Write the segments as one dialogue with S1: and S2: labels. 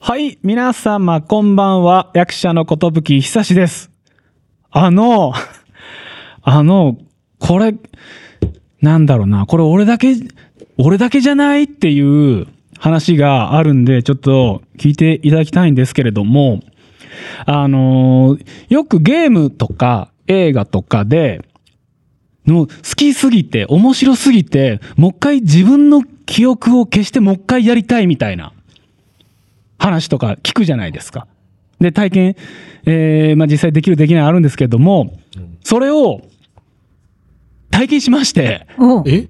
S1: はい、皆様こんばんは。役者のことぶきひさしです。あの、 あの、これ、なんだろうな、これ俺だけ、俺だけじゃないっていう話があるんで、ちょっと聞いていただきたいんですけれども、あの、よくゲームとか映画とかで、の好きすぎて、面白すぎて、もう一回自分の記憶を消してもう一回やりたいみたいな。話とか聞くじゃないですか。で、体験、えーまあ、実際できるできないあるんですけれども、それを体験しまして、
S2: おう
S3: え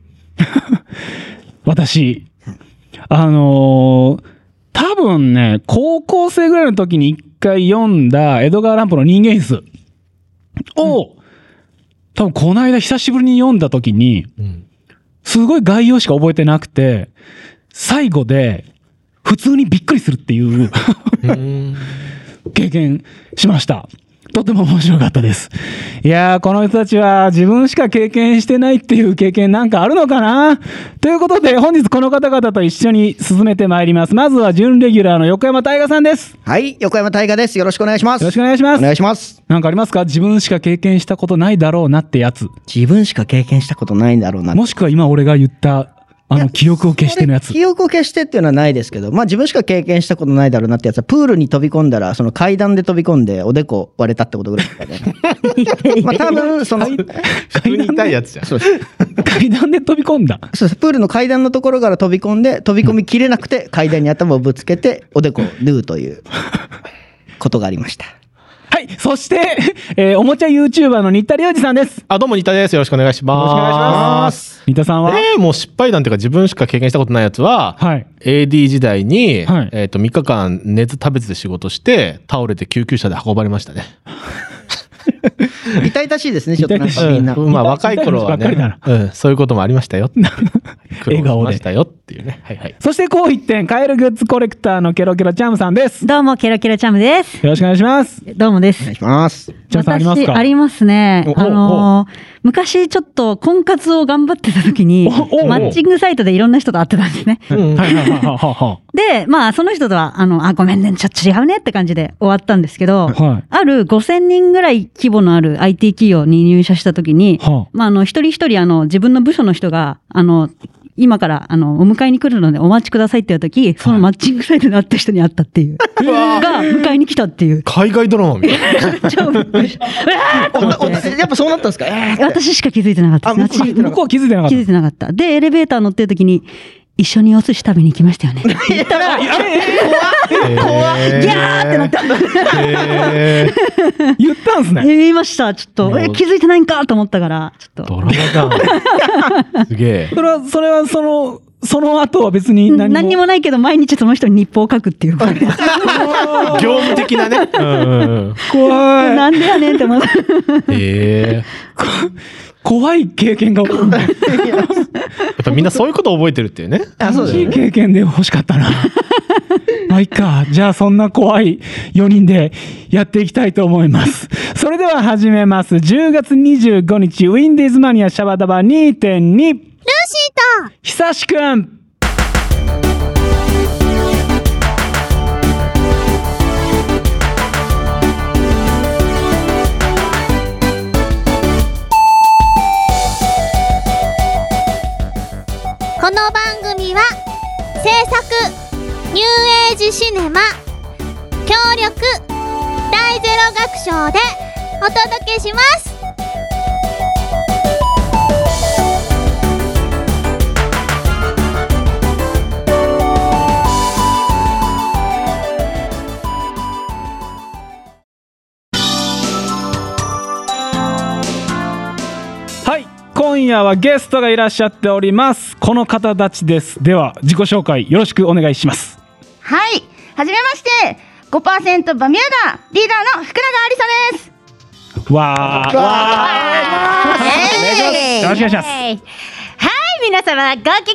S1: 私、あのー多分ね、高校生ぐらいの時に一回読んだ江戸川乱歩の人間室を、多分この間久しぶりに読んだ時に、
S3: うん。
S1: すごい概要しか覚えてなくて、最後で普通にびっくりするっていう。
S3: うん。
S1: 経験しました。とても面白かったです。いやー、この人たちは自分しか経験してないっていう経験なんかあるのかなということで、本日この方々と一緒に進めてまいります。まずは準レギュラーの横山大河さんです。よ
S4: はい、横山大河です。よろしくお願いします。
S1: ろしくお願いしま
S4: お願
S1: す。
S4: いします。
S1: なんかありますか自分しか経験したことないだろうなってやつ。
S4: 自分しか経験したことないんだろうな。
S1: もしくは今俺が言った、あ
S4: いや
S1: の、記憶を消してのやつ。
S4: 記憶を消してっていうのはないですけど、まあ自分しか経験したことないだろうなってやつは、プールに飛び込んだら、その階段で飛び込んで、おでこ割れたってことぐらいですかね。まあ多分、その、
S3: 普通に痛いやつじゃん。
S4: そうです。
S1: 階段で 飛び込んだ。
S4: そうです。プールの階段のところから飛び込んで、飛び込みきれなくて、階段に頭をぶつけて、おでこを縫うということがありました。
S1: はい。そして、えーおもちゃ YouTuber の新田良二さんです。
S3: あ、どうも、新田です。よろしくお願いします。
S1: よろしくお願いします。新田さんは、
S3: えーもう失敗談というか自分しか経験したことないやつは、
S1: はい。
S3: AD 時代に、
S1: はい
S3: えっ、と、3日間寝ず食べずで仕事して、倒れて救急車で運ばれましたね。
S4: 痛々しいですね、ちょっとなんかみんな。
S3: うんまあ、若い頃は
S1: 痛い話ばっ
S3: ね、うん、そういうこともありましたよっていう。
S1: 笑顔で
S3: 苦労しましたよっていうね。はいはい。
S1: そしてこう一点、カエルグッズコレクターのケロケロチャームさんです。よ
S2: どうも、ケロケロチャムです。
S1: ろしくお願いします。
S2: どうもで
S4: お願
S2: す
S4: い。します。
S1: チャムさんあります
S2: 私
S1: か
S2: ありますね
S3: お。
S2: あのー昔ちょっと婚活を頑張ってた時に
S1: おお、
S2: マッチングサイトでいろんな人と会ってたんですね。
S3: うん
S1: はいはいはいは
S2: で、まあ、その人とは、あの、あ、ごめんね、ちょっと違うねって感じで終わったんですけど、
S1: いはい。
S2: ある5000人ぐらい規模のある IT 企業に入社した時に、
S1: は
S2: まあ、あの、一人一人、あの、自分の部署の人が、あの、今から、あの、お迎えに来るのでお待ちくださいって言う時、そのマッチングサイトで会った人に会ったっていう、が、迎えに来たっていう。
S3: 海外ドラマみたいな。
S2: 超びっくりした。うわーっと
S4: お
S2: 思って
S4: おやっぱそうなったんですかえーって
S2: 私しか気づいてなか
S4: あ
S2: った
S4: 向
S2: です。
S4: こう
S2: 私
S1: 向こうは気づいてなかっ
S2: 気づい
S1: た。
S2: てなかった。で、エレベーター乗ってる時に、一緒にお寿司食べに行きました よね。って言ったら、ギャ
S3: 怖
S2: ーってなった。
S1: 言ったんすね。
S2: 言いました。ちょっと、え気づいてないんかと思ったから、ちょっと。
S3: ドラマだ。すげえ。
S1: それは、それはその、その後は別に何も。
S2: 何にもないけど、毎日その人に日報を書くっていう。
S3: 業務的なね。うん
S1: 怖い。
S2: なんでやねんって思った。
S3: ええ。
S1: 怖い経験が、楽
S3: やっぱみんなそういうこと覚えてるっていうね。
S4: あ、そうです
S1: し
S4: ね
S1: い経験で欲しかったな。まあいいか。じゃあそんな怖い4人でやっていきたいと思います。それでは始めます。10月25日、ウィンディーズマニアシャバダバ2.2。ルーシーと、ひさしくん。
S5: この番組は制作ニューエイジシネマ協力大ゼロ学賞でお届けします
S1: はい今夜はゲストがいらっしゃっておりますこの方たちですでは自己紹介よろしくお願いします
S6: はい、はじめまして、5%バミューダリーダーの福永ありさです。
S1: わーわー
S5: え
S1: よろしくお願いします
S5: い
S6: はい、皆様ごきげんよ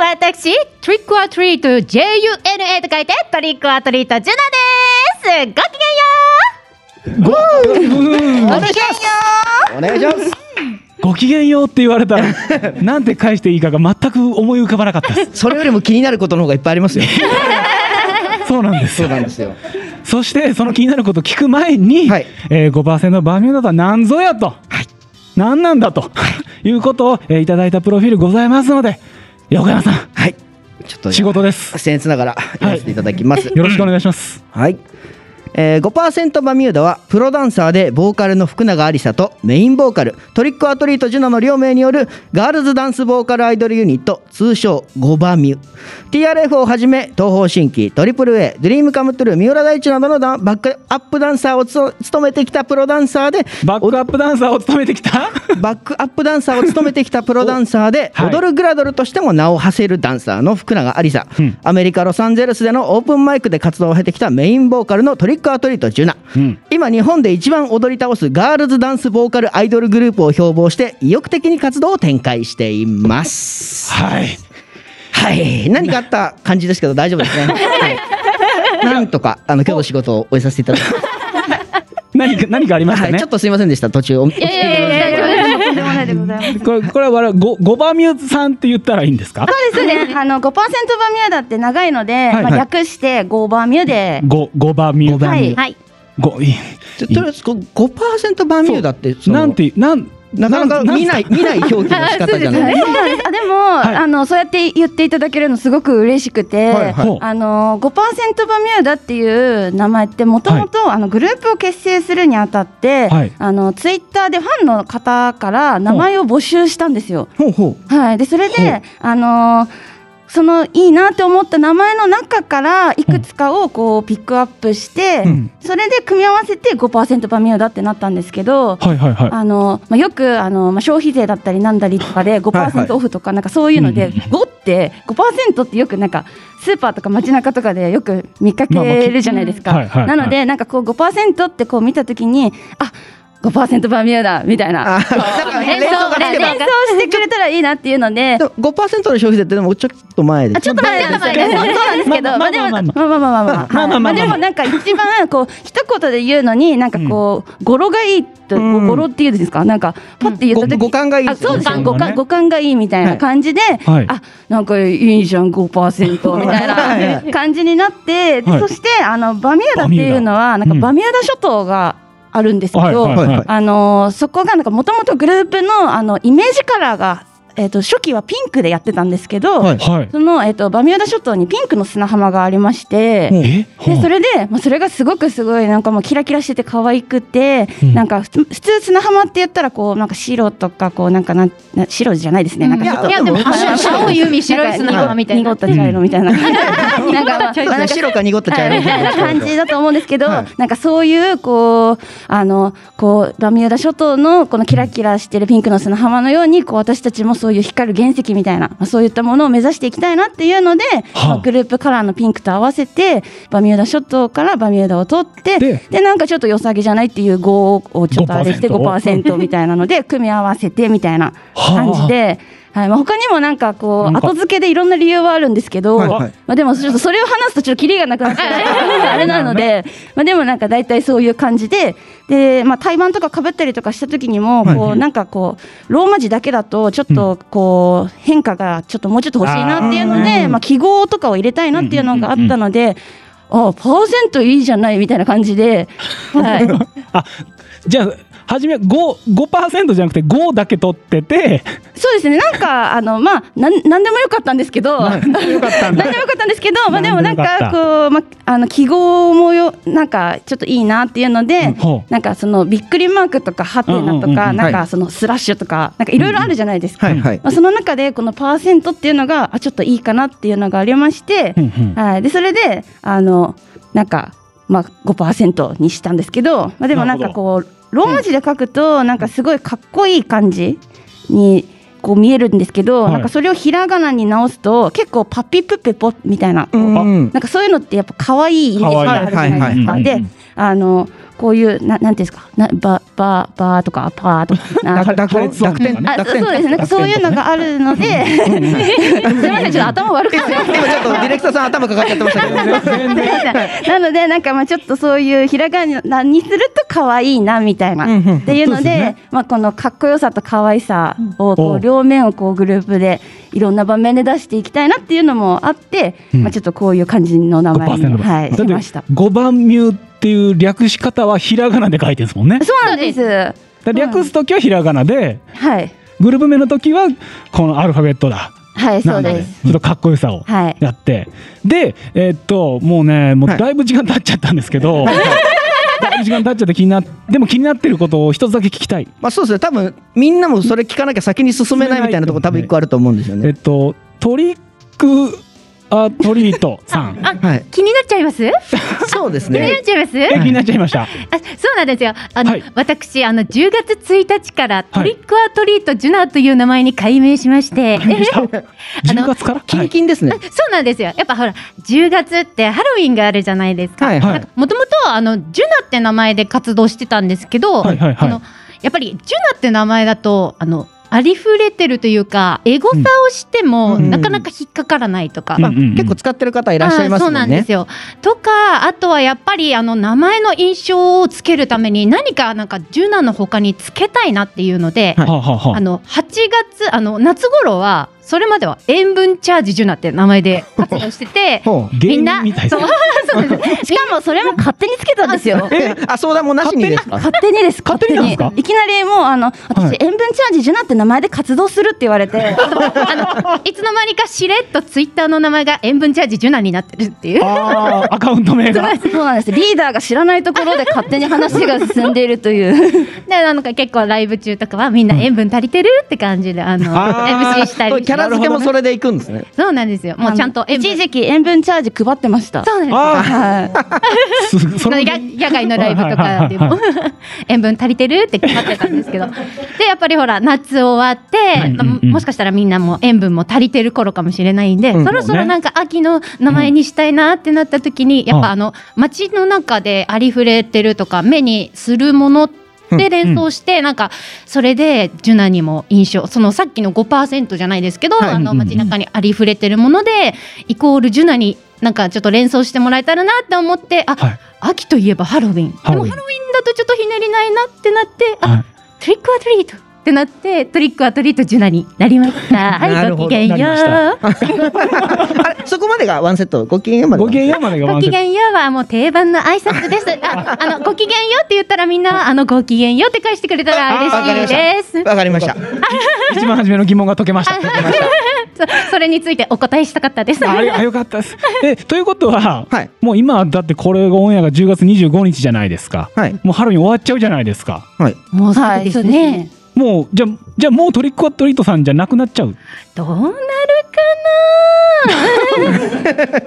S6: う。私、トリックアトリート JUNA と書いてトリックアトリートジュナです。ごきげんよ
S4: お願いします。
S1: ご機嫌ようって言われた らなんて返していいかが全く思い浮かばなかったです
S4: それよりも気になることの方がいっぱいありますよ。
S1: そそうなんです
S4: そう
S1: よ。
S4: なんですよ。
S1: そして、その気になることを聞く前に、
S4: はい
S1: えー5%バーミューダとは何ぞやと、何なんだと、い、うことを、えーいただいたプロフィールございますので、横山さん、
S4: はい。ちょっと
S1: 仕事です。
S4: 僭越ながらやらせていただきます。
S1: よろしくお願いします。
S4: はい。えー、5%バミューダはプロダンサーでボーカルの福永ありさとメインボーカルトリックアトリートジュナの両名によるガールズダンスボーカルアイドルユニット通称5バミュ TRF をはじめ東方神起 AAA ドリームカムトゥルー三浦大知などのダンバックアップダンサーをつ務めてきたプロダンサーで
S1: バックアップダンサーを務めてきた
S4: バックアップダンサーを務めてきたプロダンサーで、
S1: おはい
S4: 踊るグラドルとしても名を馳せるダンサーの福永ありさ、
S1: うん
S4: アメリカ・ロサンゼルスでのオープンマイクで活動を経てきたメインボーカルのトリックアトリートジュナ、
S1: うん
S4: 今日本で一番踊り倒すガールズダンスボーカルアイドルグループを標榜して意欲的に活動を展開しています
S1: はい。
S4: はい何かあった感じですけど大丈夫ですね、はい、なんとかあの今日の仕事を終えさせていただきました、
S1: 何か、何かありました
S4: はい、
S1: ね。
S4: ちょっとすいませんでした途中お
S7: いやいやいや大丈夫です。とんでもないでございます。
S1: これ、これは我々、ご、ごばみゅさんって言ったらいいんですか
S8: そうですね。あの5%バミューダって長いので、
S1: はい
S8: まあ、略して5バミューで。
S1: ご、ごばみゅ
S4: ごばみゅ
S8: はい。はい。
S1: ご、いい。
S4: とりあえずこう5%バミューダってその
S1: なんて、なん、。
S4: なかなか見ないい見ない表記の仕方じゃない
S8: そうなんですあでも、
S1: い
S8: あのそうやって言っていただけるのすごく嬉しくて、
S4: はいはい
S8: あの5%バミューダっていう名前ってもともとあのグループを結成するにあたって、
S1: はい
S8: あのツイッターでファンの方から名前を募集したんですよ。
S4: ほうほ
S8: はい、でそれで、あのーそのいいなって思った名前の中からいくつかをこうピックアップして、
S1: うん
S8: それで組み合わせて5%バミューダってなったんですけど、
S1: はいはいはい。
S8: あのまあ、よくあの、まあ、消費税だったりなんだりとかで
S4: はいはい
S8: 5%オフとかなんかそういうの
S1: うん
S8: で
S1: うんうん
S8: 5って5%ってよくなんかスーパーとか街中とかでよく見かけるじゃないです
S1: まあまあきう
S8: か。
S1: ん
S8: なのでなんかこう5%ってこう見たときにあ5%バミューダみたいな
S4: う。あだから連
S7: 連
S4: 想
S7: 想
S4: がつけば
S8: 連想してくれたらいいなっていうので
S4: でも5%の消費税ってでもちょっと前で
S8: あちょっと前ですけど、そうなんですけ
S1: ま
S8: ど、ま
S1: あま
S8: あで
S1: あ
S8: も、
S1: ま
S8: ま
S1: あま
S8: あまあまあまあ
S1: まあまあまあまあ
S8: はいまあでもなんか一番こう一言で言うのになんかこう語呂がいいと
S4: うん
S8: 語呂っていうんですか、なんかパって言った
S4: ご
S8: 時
S4: 五感がいい
S8: あ
S4: です
S8: そ
S4: よ
S8: う
S4: ね
S8: です
S1: そうね
S8: ね五感五感がいいみたいな感じで、
S1: はい
S8: あなんかいいじゃん5%み
S4: は
S8: た
S4: いはいい
S8: な感じになって、で
S1: はい
S8: そしてあのバミューダっていうのは
S1: バミューダ
S8: な
S1: う
S8: んか
S1: ん
S8: バミューダ諸島があるんですけど、
S1: はいはいはい。
S4: はい
S8: あのーそこがなんかもともとグループのあのイメージカラーが、えー、と初期はピンクでやってたんですけど、
S4: はい
S1: はい。
S8: その、えー、とバミューダ諸島にピンクの砂浜がありまして。
S4: うん
S1: え
S8: でそれで、まあ、それがすごくすごいなんかもうキラキラしてて可愛くて、
S1: うん
S8: なんか普通普通砂浜って言ったらこうなんか白とかこうなんかなんな白じゃないですね、なんかちょっと
S7: いやでも青い海白い砂浜みたいな
S8: 濁った茶色みたいななんかまあ
S4: そうですね白か濁った茶色
S8: は
S4: み
S8: い
S4: た
S8: みたい
S4: いな
S8: な感じだと思うんですけど、
S4: はい
S8: なんかそういうこうあのこうバミューダ諸島のこのキラキラしてるピンクの砂浜のようにこう私たちもそういう光る原石みたいな、まあ、そういったものを目指していきたいなっていうので、
S1: はあ
S8: まあグループカラーのピンクと合わせてバミューダ諸島からバミューダを取って
S1: で
S8: でなんかちょっと良さげじゃないっていう5をちょっとあれして
S1: 5%
S8: 5%みたいなので組み合わせてみたいな感じで。はいまあ、他にもなんかこう
S1: なんか
S8: 後付けでいろんな理由はあるんですけど、
S4: はいはい
S8: まあでもちょっとそれを話すとちょっとキリがなくなっちゃうあれなので、まあでもなんか大体そういう感じで、で、まあ対バンとか被ったりとかした時にも、こうなんかこう、ローマ字だけだとちょっとこう変化がちょっともうちょっと欲しいなっていうの
S1: あー
S8: で、まあ記号とかを入れたいなっていうのがあったので、ああ、パーセントいいじゃないみたいな感じで、 はい。
S1: あ、じゃあ、はじめ5、5%じゃなくて5だけ取ってて、
S8: そうですね、なんか、あの、まあ、なん、なんでもよかったんですけど。なんでもよか ったんです けど、まあ、でも、なん
S1: なん
S8: か、
S1: で
S8: こう、まあ、あの、記号もよ、なんか、ちょっといいなっていうので。
S1: ほう
S8: なんか、その、びっくりマークとか、ハテナ
S1: うんう
S8: と
S1: んうんう
S8: か、
S1: ん
S8: なん
S4: は
S8: か、その、スラッシュとか、なんか、いろいろあるじゃないですか。
S4: はいはい
S8: まあ、その中で、このパーセントっていうのが、あ、ちょっといいかなっていうのがありまして。はい、でそれであのなんか、まあ、5%にしたんですけど、まあ、でもなん
S1: な
S8: か
S1: る
S8: こうローマ字で書くと、なんかすごいかっこいい感じにこう見えるんですけど、
S1: はい
S8: なんかそれをひらがなに直すと結構パピプペポみたいな、
S4: う
S8: こうんなんかそういうのってやっぱ可愛いイメージがあるじゃないです
S4: 可
S8: か。
S4: 愛い
S8: で、
S1: うん
S8: あのここういうななんていうんですかなバババーとかパーとかな
S4: 濁濁
S1: 破裂音
S4: 濁点
S1: とか
S8: あ
S4: 濁
S8: そう
S4: 点
S8: ですねなんかそういうのがあるので すみませんちょっと頭悪くなっちゃっ
S4: 今ちょっとディレクターさん頭かかっちゃってましたけど
S8: たなのでなんかまあちょっとそういうひらがなにすると可愛いなみたいな、
S4: うんうん
S8: っていうの
S1: そう
S8: で
S1: ですね
S8: まあ、このかっこよさと可愛さをこ
S1: おう
S8: う両面をこうグループでいろんな場面で出していきたいなっていうのもあって、まあ、ちょっとこういう感じの名前に、
S1: 5%
S8: はい、しました。
S1: 5番ミューっていう略し方はひらがなで書いてるんですもんね。
S8: そうなんです。
S1: だから略すときはひらがなで、
S8: はい。
S1: グループ名の時はこのアルファベットだ。
S8: はい、そ
S1: な
S8: うん
S1: だ
S8: で
S1: ね
S8: す。。
S1: ちょっとかっこよさを
S8: はい
S1: やって。で、えーっと、もうね、もう
S4: はい
S1: だいぶ時間経っちゃったんですけど、だいぶ時間経っちゃって気になっ、でも気になってることを一つだけ聞きたい。
S4: まあそうですね多分みんなもそれ聞かなきゃ先に進めないみたいなとこ多分一個あると思うんですよ
S1: え
S4: ね
S1: っと、トリックアトリートさん。
S4: はい
S7: 気になっちゃいます気に
S4: そうです
S7: な
S4: ね
S7: っちゃいます
S1: え、気になっちゃいました。
S7: あそうなんですよ。あの、
S1: はい
S7: 私あの10月1日からトリックアトリートジュナーという名前に改名しまして、
S1: わかりました10月から
S4: キンキンですね
S7: そうなんですよ。やっぱほら10月ってハロウィンがあるじゃないですか。
S4: はいは
S1: はいい。
S7: もともとあのジュナって名前で活動してたんですけど、
S1: はいはいはい
S7: あのやっぱりジュナって名前だとあのありふれてるというかエゴサをしても、
S4: うん
S7: なかなか引っかからないとか。
S4: まあ
S1: うんうんうん
S4: 結構使ってる方いらっしゃいます
S7: あーそ
S4: も
S7: うんなんで
S4: ね
S7: すよ。とかあとはやっぱりあの名前の印象をつけるために何かなんか柔軟の他につけたいなっていうので、
S4: はい。
S1: はあはあはあ
S7: あの8月あの夏頃はそれまでは塩分チャージ柔軟って名前で活動してて
S4: ほう
S1: 芸人みたいです
S7: そうそうです
S8: しかもそれも勝手につけたんですよ。
S4: えあ相談もなしにですか
S8: 勝手にです。
S1: 勝手になんですか
S8: いきなりもうあの私、
S1: はい
S8: 塩分チャージジュナって名前で活動するって言われて、
S7: あのいつの間にかしれっとツイッターの名前が塩分チャージジュナになってるっていう。
S1: あーアカウント名が。
S8: そうなんです。リーダーが知らないところで勝手に話が進んでいるという。
S7: でなんか結構ライブ中とかはみんな塩分足りてるって感じであの
S4: あー
S7: MC したりして
S4: キャラ付けもそれでいくんですね
S7: そうなんですよ。もうちゃんと
S8: あの
S7: 塩分
S8: 一時期塩分チャージ配ってました。
S7: そうなんです。
S1: あ
S8: はい。
S1: ーすそ
S7: その
S1: れ
S7: や野外のライブとかでも 塩分足りてるって決まってたんですけどでやっぱりほら夏終わって、
S1: い
S7: ま
S1: う
S7: あ
S1: んうん
S7: もしかしたらみんなもう塩分も足りてる頃かもしれないんで、
S4: うん
S7: そろそろなんか秋の名前にしたいなってなった時に、やっぱあの街の中でありふれてるとか目にするもので連想して、なんかそれでジュナにも印象そのさっきの5%じゃないですけど、
S4: はい
S1: う
S7: あの
S1: んうんうん
S7: 街中にありふれてるものでイコールジュナになんかちょっと連想してもらえたらなって思ってあ、
S1: はい
S7: 秋といえばハロウィン
S1: ハ
S7: で
S1: ロウィ
S7: も
S1: ン
S7: ハロウィンだとちょっとひねりないなってなってあ
S1: はい
S7: トリックアトリートってなってトリックアトリートジュナになりました
S4: な
S7: はい
S4: る
S7: ご
S4: ほど
S7: きげん
S1: な
S7: よ
S1: りまし
S7: う
S4: あれそこまでがワンセットご機嫌まで
S1: ご機嫌ようまでがワ
S7: ご
S1: ンセ
S7: き
S1: ット
S7: げんようはもう定番の挨拶ですああの ごきげんようって言ったらみんなはあのごきげんようって返してくれたら嬉しいです
S4: わかりました
S1: 一番初めの疑問が解けました。
S7: そ それについてお答えしたかったです
S1: あれあよかったです。えということは、
S4: はい
S1: もう今だってこれがオンエアが10月25日じゃないですか。
S4: はい
S1: もうハロウィン終わっちゃうじゃないですか。
S4: はい
S7: もうす
S8: は
S7: ぐ
S8: い
S7: ですね。
S1: もうじゃあじゃあもうトリックオアトリートさんじゃなくなっちゃう。
S7: どうなる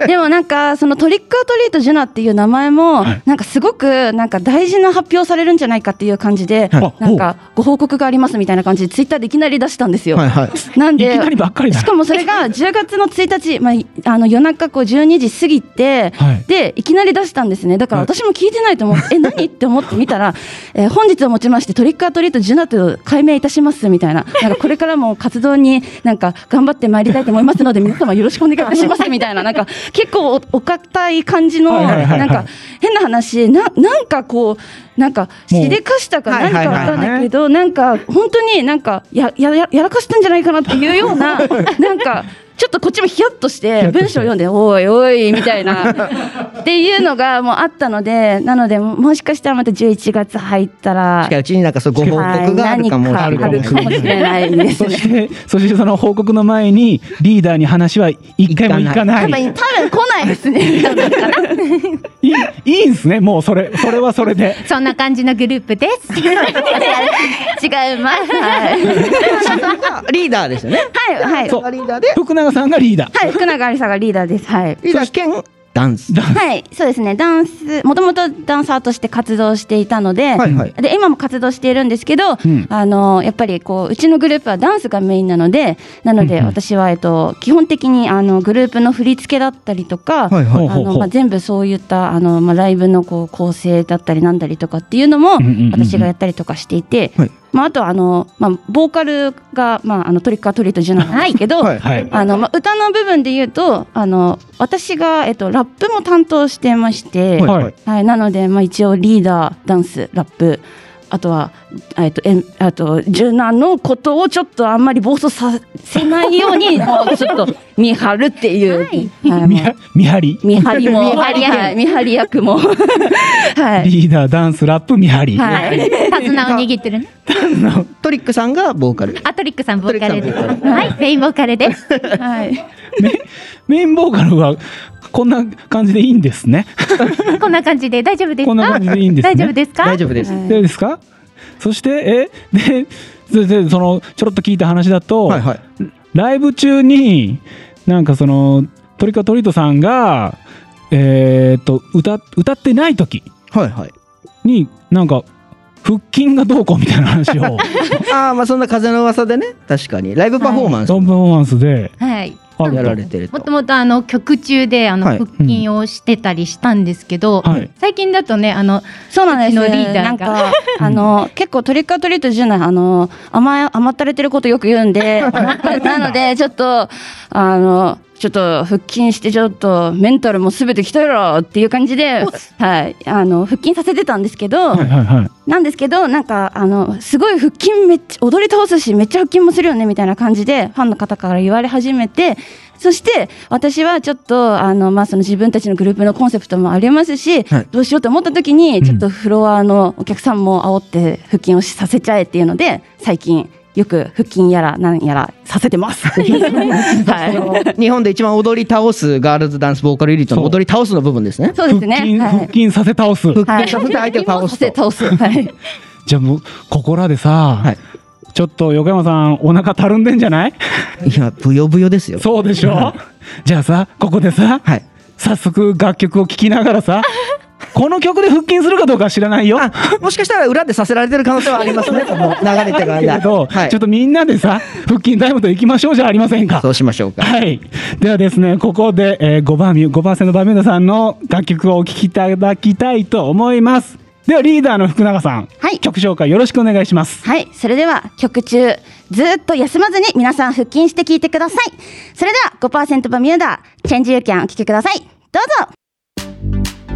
S8: でもなんかそのトリックアトリートジュナっていう名前も
S1: はい
S8: なんかすごくなんか大事な発表されるんじゃないかっていう感じで
S1: はい
S8: なんかご報告がありますみたいな感じでツイッターでいきなり出したんですよ。
S4: はいはい
S8: なん
S1: い
S8: で
S1: きなりばっかりだ
S8: し。かもそれが10月の1日、まあ、あの夜中こう12時過ぎて、
S1: はい
S8: でいきなり出したんですねだから私も聞いてないと思って、え何って思ってみたら、えー本日をもちましてトリックアトリートジュナと解明いたしますみたいななんかこれからも活動になんか頑張ってまいりたいと思いますので皆様よろしくお願いいたしますみたいななんか結構おお堅い感じの
S1: はいはいはいはい
S8: なんか変な話ななんかこうなんかしでかしたか
S4: もう
S8: 何かわかんないけどなんか本当になんかややややらかしたんじゃないかなっていうようななんかちょっとこっちもヒヤッとして文章を読んで「おいおい」みたいなっていうのがもうあったのでなのでももしかしたらまた11月入ったら
S4: 近いうちになんかそうご報
S8: はい
S4: 告がある
S8: 何
S4: か
S8: か
S4: もしれ
S8: あ
S4: ない
S8: るかもしれないです
S1: そ
S8: ね。
S1: してそしてその報告の前にリーダーに話は一回もいかな
S8: 多
S1: い。い
S8: 分多分来ないですね。
S1: いいいんすねもうそれそれはそれで。
S7: そんな感じのグループです。
S8: 違います。はい、
S4: リーダーですよね
S8: はい、はい、
S1: そう
S4: リーダーで
S1: 福永さんがリーダー。
S8: はい、福永ありさがリーダーです。はい。
S4: リーダー兼ダンス。
S8: はい、そうですね。ダンス、もともとダンサーとして活動していたので、
S4: はいはい
S8: で、今も活動しているんですけど、あの、やっぱりこう、うちのグループはダンスがメインなので、なので、私は、えっと、基本的に、あの、グループの振り付けだったりとか、
S4: はいはい
S1: ほうほう
S8: あ
S1: ほう
S8: のまあ、全部そういったあの、まあ、ライブのこう構成だったりなんだりとかっていうのも
S1: んうんうんうん
S8: 私がやったりとかしていて、
S4: はい
S8: まあ、あとはあの、まあ、ボーカルが、まあ、あのトリックアトリートジュナなんですけど、
S4: はい
S1: はい。
S8: あのまあ、歌の部分で言うとあの私が、えっと、ラップも担当してまして、
S1: はい
S8: はい、なので、まあ、一応リーダーダンスラップあとは、えっと、えんあと柔軟のことをちょっとあんまり暴走させないようにもうちょっと見張るっていう。はい
S1: みは、みはり。
S8: 見張りも、
S7: 見張り役
S8: はい見張り役も。はい。
S1: リーダー、ダンス、ラップ、みはり。
S8: はい。
S7: 手綱を握ってるね。
S4: トリックさんがボーカル。
S7: アトリックさんボーカルで
S4: トリックさん
S7: す。はい、メインボーカルです。
S8: はい。
S1: メメインボーカルは、こんな感じでいいんですね。
S7: こんな感じで大丈夫ですか？
S1: こんな感じでいいんですね
S7: 大丈夫ですか？
S4: 大丈夫です。
S8: はい
S1: どうですかそして、え、で、ででその、ちょろっと聞いた話だと、
S4: はいはい。
S1: ライブ中に、なんかその、トリカトリートさんが、えーっと、歌、歌ってない時
S4: はいはい。
S1: に、なんか、腹筋がどうこうみたいな話 を、
S4: ああ、まあそんな風の噂でね、確かに。ライブパフォーマンス
S1: ゾンパフォーマンスで、
S7: はい。
S1: あ
S4: やられてる
S7: も
S4: と
S7: と。もとあの曲中であの
S4: はい
S7: 腹筋をしてたりしたんですけど、
S1: はい
S7: 最近だとねあの
S8: そうなんです。
S7: うちのリーダーが
S8: なん か、 あの、結構トリックアトリートじゃない、あの、甘え、甘ったれてることよく言う んで、なので、ちょっと、あの、ちょっと腹筋して、ちょっとメンタルもすべて鍛えろっていう感じで、はい、あの、腹筋させてたんですけど、
S1: はいはいはい。
S8: なんですけど、なんか、あの、すごい腹筋めっちゃ、踊り倒すし、めっちゃ腹筋もするよね、みたいな感じで、ファンの方から言われ始めて、そして、私はちょっと、あの、まあ、その自分たちのグループのコンセプトもありますし、
S4: はい
S8: どうしようと思った時に、ちょっとフロアのお客さんも煽って腹筋をさせちゃえっていうので、最近、よく腹筋やら、なんやら、させ てます。はい。
S4: 日本で一番踊り倒すガールズダンスボーカルユニットの
S1: そう
S4: 踊り倒すの部分ですね。
S8: そう
S1: 腹
S8: ですね。
S1: 筋、
S8: は
S1: 腹
S8: い。
S1: 筋させ倒す。
S4: 腹筋させて相手を倒すと。
S8: 倒す。はい。
S1: じゃあもう、ここらでさ、
S4: はい
S1: ちょっと横山さん、お腹たるんでんじゃない
S4: いや、ぶよぶよですよ。
S1: そうでしょ じゃあさ、ここでさ、
S4: はい。
S1: 早速楽曲を聴きながらさ、この曲で腹筋するかどうかは知らないよ。
S4: あ、もしかしたら裏でさせられてる可能性はありますね。この流れてる
S1: けれ
S4: 間。
S1: ど、
S4: はい
S1: ちょっ。とみんなでさ、腹筋タイムと行きましょうじゃありませんか
S4: そ。うしましょうか。
S1: はい。ではですね、ここで、えー、5番、5%バミューダさんの楽曲をお聴きいただきたいと思います。では、リーダーの福永さん、
S8: はい
S1: 曲紹介よろしくお願いします。
S8: はい、それでは曲中、ずーっと休まずに皆さん腹筋して聴いてください。それでは5%バミューダー、チェンジユーキャンお聴きください。どうぞ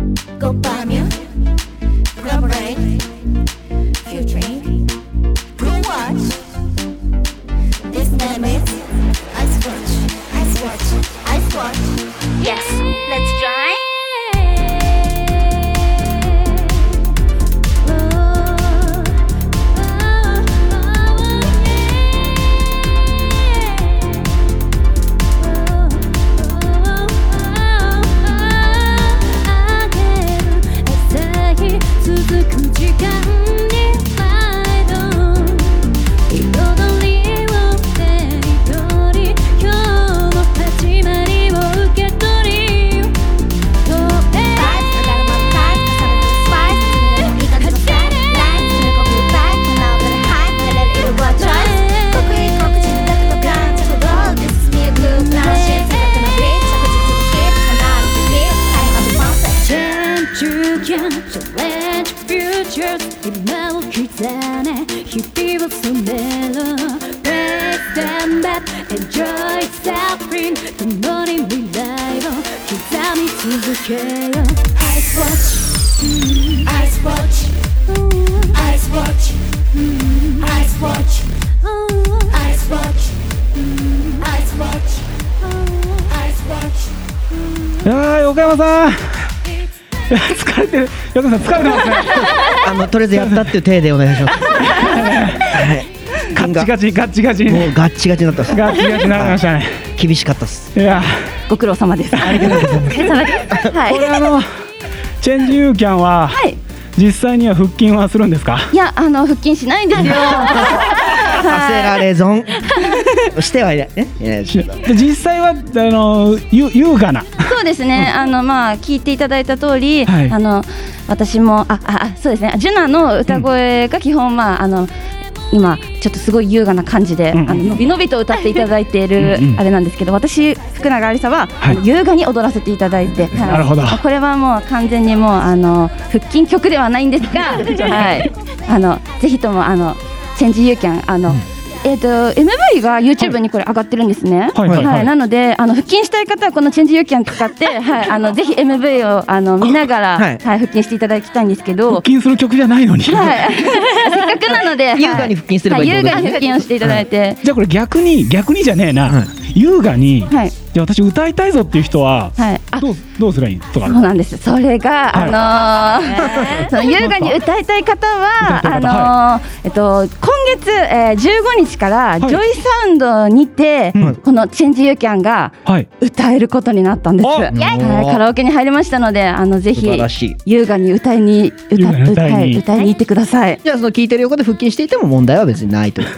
S5: 続く時間に毎度彩りを手に取り今日の始まりを受け取りチェンジユーキャンチャレンジフューチャー今を刻ね日々を染めろ Break them up Enjoy suffering 共に未来を刻み続けよ Ice Watch
S1: いやー、横山さん。 いや疲れてる。横山さん、疲れてますね。
S4: あの、とりあえずやったっていう体でお願いします。はい。
S1: ガッチガチ、ガッチガチ。
S4: もうガッチガチになったっす。
S1: ガッチガチになりましたね。
S4: 厳しかったっす。
S1: いや
S8: ご苦労様です。ありがとうございます。
S1: ー、これあの、チェンジユーキャンは、
S8: はい。
S1: 実際には腹筋はするんですか
S8: いや、あの、腹筋しないんですよ。
S4: させられぞんしてはいないねいないですけど
S1: で実際はあのゆ優雅な
S8: そうですね、あのまあ聞いていただいた通り、
S1: はい
S8: あの私もあああそうですね、ジュナの歌声が基本、まああの今ちょっとすごい優雅な感じで、
S1: うんうん
S8: あののびのびと歌っていただいている
S1: うんうん
S8: あれなんですけど、私福永ありさは、
S1: はい
S8: あの優雅に踊らせていただいて、はい
S1: なるほど
S8: これはもう完全にもうあの腹筋曲ではないんです が、はい、あのぜひともあのチェンジユーキャンあの、えっ、と MV が YouTube にこれ上がってるんですね。
S1: はいはいはい
S8: なのであの腹筋したい方はこのチェンジユーキャン使って、はい、あのぜひ MV をあの見ながら、
S4: は
S8: はいい腹筋していただきたいんですけ
S1: 腹
S8: ど。
S1: 筋する曲じゃないのに、
S8: はい、せっかくなので、はい
S4: 優雅に腹筋すればいいっ
S8: は
S4: て
S8: 優
S4: ことですね
S8: 雅に腹筋をしていただいて、
S1: じゃあこれ逆に逆にじゃねえな、
S4: はい
S1: 優雅に、
S8: はい
S1: じゃあ私歌いたいぞっていう人は、
S8: はい、あ、
S1: どうどうすればいいとかあ
S8: そ
S1: る
S8: うなんです。それが、
S1: はい
S8: あの ー その優雅に歌いたい方
S1: 歌
S8: は、
S1: いたい方
S8: あのーえっと今月、えー、15日からジ
S1: は
S8: ョ
S1: い
S8: イサウンドにて、
S1: うん
S8: このチェンジユーキャンが
S1: はい
S8: 歌えることになったんです。
S1: お
S8: はい、カラオケに入りましたので、あのぜ
S4: 素
S8: ひ
S4: 晴らしい
S8: 優雅に歌いに
S1: 優
S8: 歌
S1: 雅に歌
S8: 歌
S1: いに
S8: い歌いに行ってください。
S4: じゃあその聞いてる横で腹筋していても問題は別にないという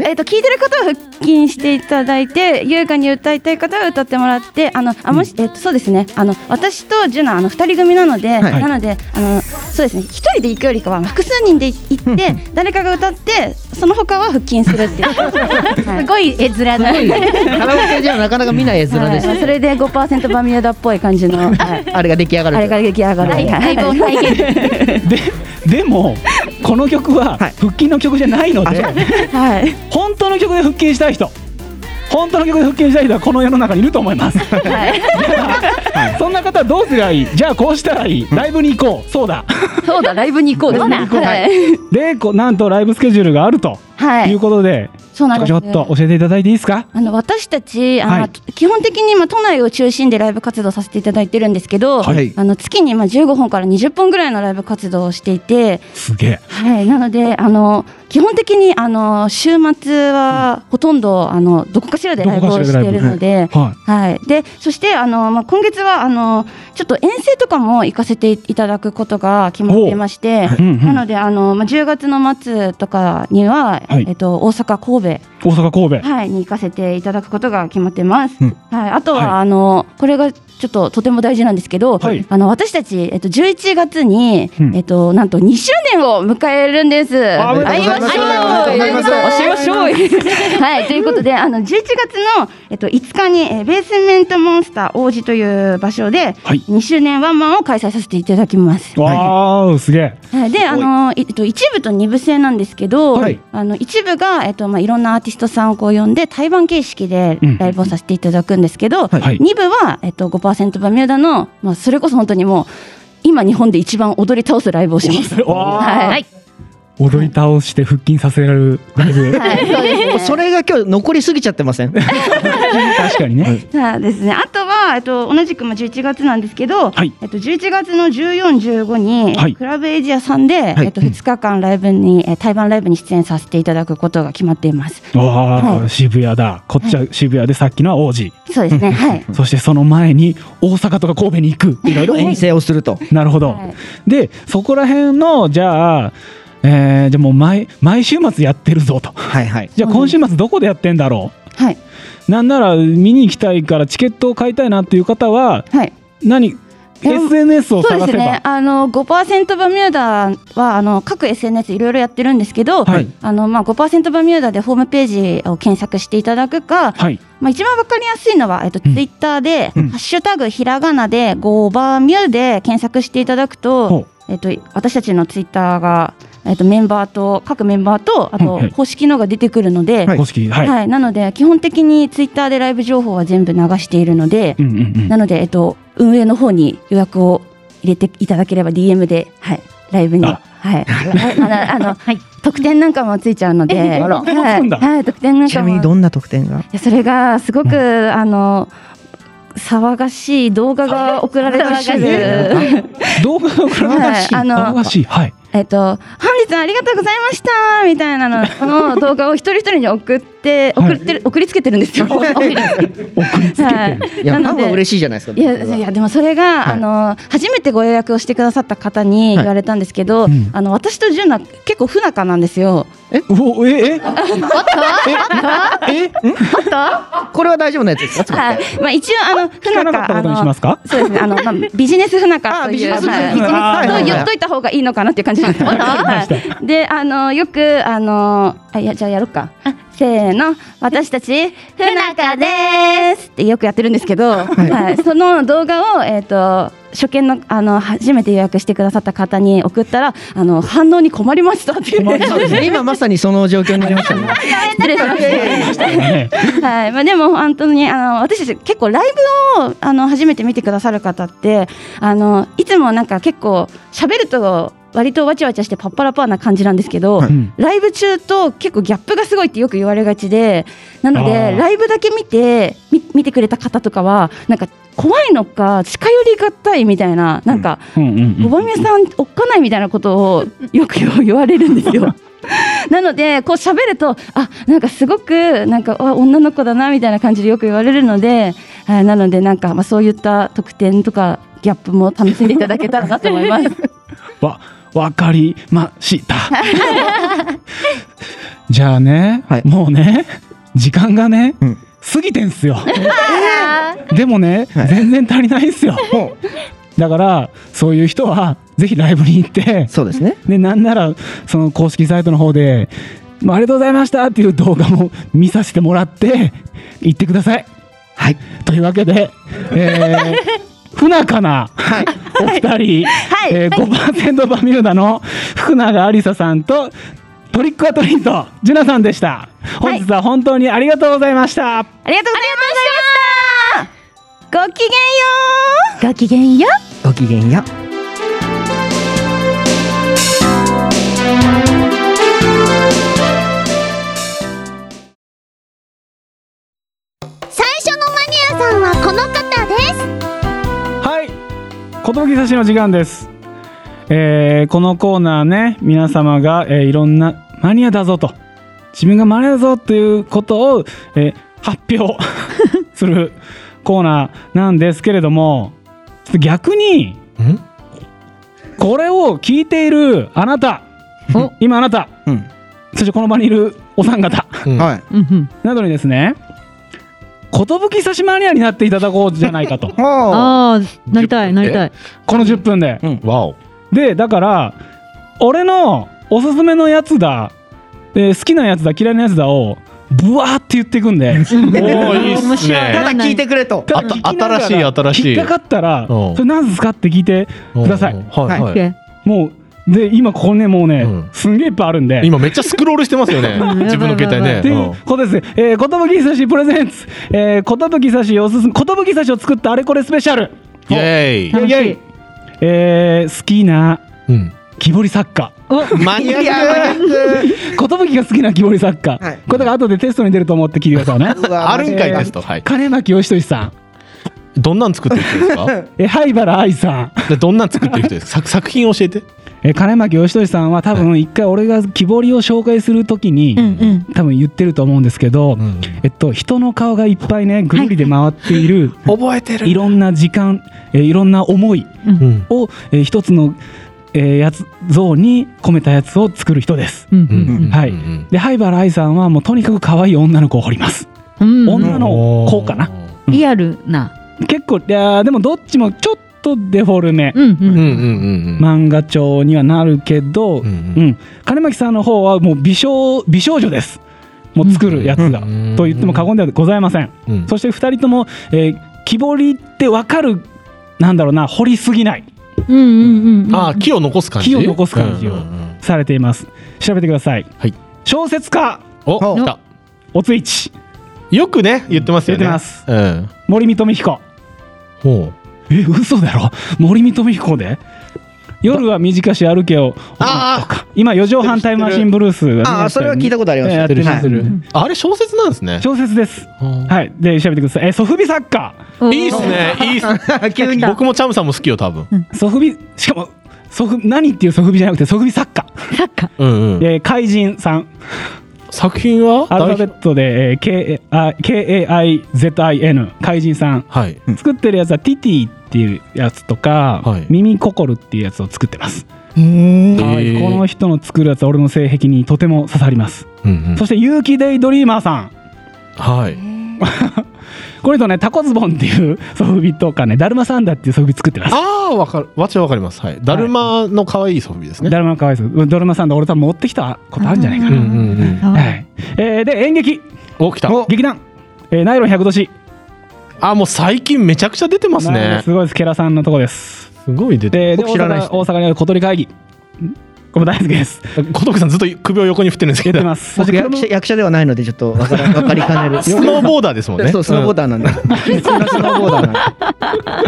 S8: ええっと聞いてる方は腹筋していただいて優雅に歌いたい方は歌ってもらってあのあもし、えっとそうですねあの私とジュナあの二人組なので、
S4: はい
S8: なのであのそうですね一人で行くよりかはまあ複数人で行って誰かが歌ってその他は腹筋するっていう、 はい
S7: すごい絵面な。
S4: カラオケじゃなかなか見ない絵面
S8: は
S4: で
S8: い
S4: す、
S8: それで5%バミューダっぽい感じの、はい
S4: あれが出来上がる
S8: あれが出来上がる、
S7: はい
S8: はい
S7: 解剖体 験
S1: ででもこの曲は
S4: はい
S1: 腹筋の曲じゃないの
S4: あ
S1: で、
S4: そう
S8: はい
S1: 本当の曲で腹筋したい人本当の曲で腹筋したい人はこの世の中にいると思います、 そんな方はどうすりゃいいじゃあこうしたらいいライブに行こうそうだ
S8: そうだライブに行こうですねはい、
S1: でこなんとライブスケジュールがあると
S8: はいいう
S1: ことで、
S8: そうなんです
S1: ちょっと教えていただいていいですか
S8: あの私たちあの、
S1: はい
S8: 基本的にまあ都内を中心でライブ活動させていただいてるんですけど、
S4: はい
S8: あの月にまあ15本から20本ぐらいのライブ活動をしていて、
S1: すげえ
S8: はい、なのであの基本的にあの週末はほとんどあのどこかしらでライブ
S1: どこ
S8: を
S1: かし
S8: し
S1: ら
S8: て
S1: でライ
S8: い
S1: ブ
S8: るので。
S1: は
S8: はい、でそしてあの、まあ、今月はあのちょっと遠征とかも行かせていただくことが決まっていまして、
S1: い、うんうん
S8: なのであの、まあ、10月の末とかには、
S1: はい
S8: えっと、大阪、神戸
S1: 大阪神戸、
S8: はい、に行かせていただくことが決まってます。
S4: うん
S8: はい、あとは、
S1: は
S8: あの、これがちょっととても大事なんですけど、
S1: はい
S8: あの、私たち、えっと、11月に、
S1: うん
S8: えっと、なんと2周年を迎えるんです。
S1: おめでとうございます
S8: おめでとうございますはい、ということで、あの、11月の、えっと、5日に、えーベースメントモンスター王子という場所で、
S1: はい
S8: 2周年ワンマンを開催させていただきます。
S1: わーすげえ
S8: はい、で、あの、えっと、一部と二部制なんですけど、
S1: はい
S8: あの、一部が、えっと、まあ、いろんなアーティストさんをこう呼んで、対バン形式で
S1: うん
S8: ライブをさせていただくんですけど、
S1: はい
S8: 二部は、えっと、5%バミューダの、まあ、それこそ本当にもう、今日本で一番踊り倒すライブをし ます。
S1: わー
S8: はい。
S7: はい。
S1: 踊り倒して腹筋させられるライブ
S8: はい、そうですね。
S4: それが今日残りすぎちゃってませんは
S1: 確かにね、
S8: そうですね。あとは、えっと、同じくまあ11月なんですけど、
S1: はい
S8: えっと、11月の14、15に、
S1: はい
S8: クラブエイジアさんで、
S4: はい
S8: えっと、2日間ライブに、えー対バンライブに出演させていただくことが決まっています。
S1: わあ、
S8: はい
S1: 渋谷だこっちは渋谷でさっきのは王子、
S8: そうですね。はい。
S1: そしてその前に大阪とか神戸に行く
S4: いろいろ遠征をすると
S1: なるほど、
S8: はい
S1: でそこら辺のじゃあ、えーじゃあもう毎毎週末やってるぞと
S4: はいはい
S1: じゃあ今週末どこでやってんだろ
S8: はい。
S1: うなんなら見に行きたいからチケットを買いたいなっていう方は
S8: はい。
S1: 何
S8: や
S1: SNS を
S8: そう
S1: 探せ
S8: ですね
S1: ば。
S8: あの5%バミューダはあの各 SNS いろいろやってるんですけど、
S1: はい
S8: あのまあ5%バミューダでホームページを検索していただくか、
S1: はい、
S8: まあ一番わかりやすいのはえっとツイッターで、
S1: うん
S8: ハッシュタグひらがなで5バミューで検索していただくと
S1: ほ、
S8: えっと私たちのツイッターがえっとメンバーと各メンバーとあと
S1: はいはい
S8: 公式のが出てくるので、
S4: は
S8: はいい、
S1: 公式はい、
S8: なので基本的にツイッターでライブ情報は全部流しているので。
S1: うんうんうん
S8: なので、えっと、運営の方に予約を入れていただければ DM で、はい、ライブに、
S1: あ
S8: はい、ああの、
S7: はい
S8: 特典なんかもついちゃうので、はい、
S4: あら
S1: 特典もつくんだ
S8: はい、特典なん
S4: ちな
S8: か
S4: みに
S8: も。
S4: どんな特典が
S8: いやそれがすごく、あの騒がしい動画が送られてくる。
S1: 動画がおらがしい、
S8: はいあの
S1: 騒がしい、はい、
S8: えっと、本リさんありがとうございましたみたいなのの動画を一人一人に送って
S1: はい
S8: 送ってる送りつけてるんですよ。はい
S4: いや、ファンは
S8: しい
S4: 嬉しいじゃないですか。
S8: いやいやでもそれが、
S4: はい
S8: あの初めてご予約をしてくださった方に言われたんですけど、
S1: ん
S8: あの私と純奈結構不仲なんですよ。
S1: お えええ
S4: これは大丈夫なやつですか。
S8: はい、まあ一応あの不
S1: 聞かなかったこ
S8: 仲あ
S1: とにし
S8: の
S1: ますか
S8: そうですねあの、まあ、ビジネス不仲
S4: あ
S8: という
S4: ビジネス不仲
S8: はい
S4: はい
S8: ビジネス
S1: はいはい
S8: と言っといた方がいいのかなっていう感じなんです。 はいであのよくあのあいやじゃあやろうか。せーの私たち不仲ですってよくやってるんですけど、はい、その動画をえっ、と。初見のあの初めて予約してくださった方に送ったらあの反応に困りましたっていう
S4: そうですね今まさにその状況になりましたね。
S8: 失礼しました。
S1: ね
S8: はい、まあ、でも本当にあの私たち結構ライブをあの初めて見てくださる方ってあのいつもなんか結構喋ると割とわちゃわちゃしてパッパラパーな感じなんですけど、
S1: うん
S8: ライブ中と結構ギャップがすごいってよく言われがちでなの
S1: あー
S8: でライブだけ見てみ見てくれた方とかはなんか怖いのか近寄りがたいみたいななんか、
S1: うんうんう
S8: お
S1: ん
S8: ばみさんおっかないみたいなことをよく言われるんですよ。なのでこう喋るとあなんかすごくなんかあ女の子だなみたいな感じでよく言われるので、はい、なのでなんかまあそういった特典とかギャップも楽しんでいただけたらなと思います。
S1: わわかりました じゃあね、
S4: はい
S1: もうね時間がね、
S4: うん
S1: 過ぎてんすよでもね、
S4: はい
S1: 全然足りないんすよ
S4: も
S1: だからそういう人はぜひライブに行って
S4: う そうですね。
S1: でなんならその公式サイトの方で「まあありがとうございました」っていう動画も見させてもらって行ってください。
S4: はい
S1: というわけで、え ー不仲な、お二人、えー5%バミューダの福永ありささんとトリックアトリートジュナさんでした。本日は本当にありがとうございました。
S8: ありがとうございました。ごきげんよう。
S7: ごきげん
S4: ごきげん
S7: よう
S4: よう。
S9: 最初のマニアさんはこの方です
S1: はい、ことぶき差しの時間です。えーこのコーナーね、皆様が、えーいろんなマニアだぞと、自分がマニアだぞということを、えー発表 するコーナーなんですけれども、ちょっと逆に、これを聞いているあなた、今あなた、
S4: うん
S1: そしてこの場にいるお三方
S3: うん
S4: はい。、
S10: うんうん
S1: などにですね、ことぶき差しマニアになっていただこうじゃないかと
S4: おお。
S10: ああなりたいなりたい
S1: この10分で。
S3: わお。
S1: でだから俺のおすすめのやつだ、えー好きなやつだ嫌いなやつだをブワーって言っていくんで
S3: おーいいっ
S10: 面
S3: す
S10: 白い
S3: ね。
S4: ただ聞いてくれと。
S1: た
S3: あ
S1: だ聞き
S3: た
S1: ながら
S3: 新しい新しい。
S1: 引っかかったら
S3: うん
S1: それ何ですかって聞いてくださ
S3: う
S1: い
S3: んはい
S10: オッ
S3: は
S10: ケ
S3: い。
S10: ー
S1: もうで今ここねもうね、
S3: うん
S1: すんげえいっぱいあるんで
S3: 今めっちゃスクロールしてますよね
S10: うん。
S3: 自分の携帯
S10: や
S1: っていう
S3: ね。
S1: ことですね。えー、ことぶきさしプレゼンツ、えー、ことぶきさしおすすめ、ことぶきさしを作ったあれこれスペシャル。
S3: うんイエ
S1: イェイイェイえー、好きな
S3: ーイ。うん。
S1: 木彫り作家。
S3: マニアッ
S1: 寿が好きな木彫り作家、
S4: はい
S1: これだから後でテストに出ると思って聞いてくださいね
S4: うわ
S3: あるんかいですと。はい。
S1: 金巻義俊さん
S3: どんなん作ってる人ですか。
S1: え灰原愛さん
S3: でどんなん作ってる人ですか。作作品教えて。
S1: え金巻義俊さんは多分一回俺が木彫りを紹介するときに、
S10: うん
S1: 多分言ってると思うんですけど、
S3: ん
S1: えっと人の顔がいっぱいねぐるりで回っている、
S3: 覚えて
S1: い、ろんな時間、えいろんな思い
S3: うん。
S1: を、え一つの、えーやつ像に込めたやつを作る人です、
S10: うんう
S3: うんん。
S1: はい
S3: うん
S1: で灰原愛さんはもうとにかく可愛い女の子を彫ります
S10: うんうん
S1: 女の子かな。
S10: リアルな
S1: 結構いやーでもどっちもちょっとデフォルメ、
S10: うんう
S3: うん
S10: ん
S3: うんうんうん。
S1: 漫画調にはなるけど、う
S3: うんんうん
S1: 金巻さんの方はもう美少美少女ですもう作るやつが、
S3: うん
S1: と言っても過言ではございません、
S3: うん
S1: そして2人とも、えー木彫りって分かるなんだろうな掘りすぎない
S10: うんうんうん
S3: ああ木を残す感じ。
S1: 木を残す感じを
S3: うんうんうん
S1: されています調べてください、
S3: はい
S1: 小説家
S3: お
S4: お
S3: 来た。
S1: おついち
S3: よくね言ってますよね。
S1: 言ってます
S3: うん。
S1: 森見富彦
S3: ほう。
S1: え嘘だろ森見富彦で夜は短し歩けを
S3: ああ
S1: 今四畳半タイムマシンブルースがね、
S4: ああ、それは聞いた
S1: こ
S4: ことあり
S1: と
S4: ま
S1: やっ
S4: す。
S1: てる
S4: は
S1: や
S4: い
S1: ってる、
S3: あれ小説なんですね。
S1: 小説です
S3: うん
S1: はいで調べてくださいえソフビ作家
S3: いいっすね。いいっす。
S4: 急に
S3: 僕もチャムさんも好きよ多分。
S1: ソフビしかもソフ何っていうソフビじゃなくてソフビ作家
S10: 作家。
S3: うんうん。
S1: えー怪人さん。
S3: 作品は
S1: アルファベットで、えー K- あ KAIZIN。怪人さん。
S3: はい。
S1: 作ってるやつはティティっていうやつとか、
S3: はい
S1: 耳ココルっていうやつを作ってます、
S4: へえ。
S1: 可愛い
S3: へー
S1: この人の作るやつは俺の性癖にとても刺さります、
S3: うんうん
S1: そして結城デイドリーマーさん
S3: はい。
S1: この人ねタコズボンっていう ソフビとかねダルマサンダーっていうソフビ作ってます
S3: ああ、わかる。わちはわかります。はい。だるまの可愛いソフビですね。
S1: ダルマかわいそうダルマサンダー俺多分持ってきたことあるんじゃないか
S3: うん
S1: な、
S3: うんうん。
S1: はいえーで演劇
S3: お、来た。
S1: 劇団、えーナイロン100年
S3: あ、もう最近めちゃくちゃ出てます
S1: ナイロン
S3: ね
S1: す。ごいですケラさんのとこです
S3: すごい出て
S1: でで
S4: 僕知らないです
S1: 大阪大阪にある小鳥会議んこれも大好きです
S3: る。小徳さんずっと首を横に振ってるんですけ
S1: 出
S3: ど
S1: て。ますそし
S4: 僕
S1: て
S4: 役者役者ではないのでちょっとわからわかりかね る。
S3: スノーボーダーですもんね。
S4: そうスノーボーダーなんで。別のスノーボーダーなんで。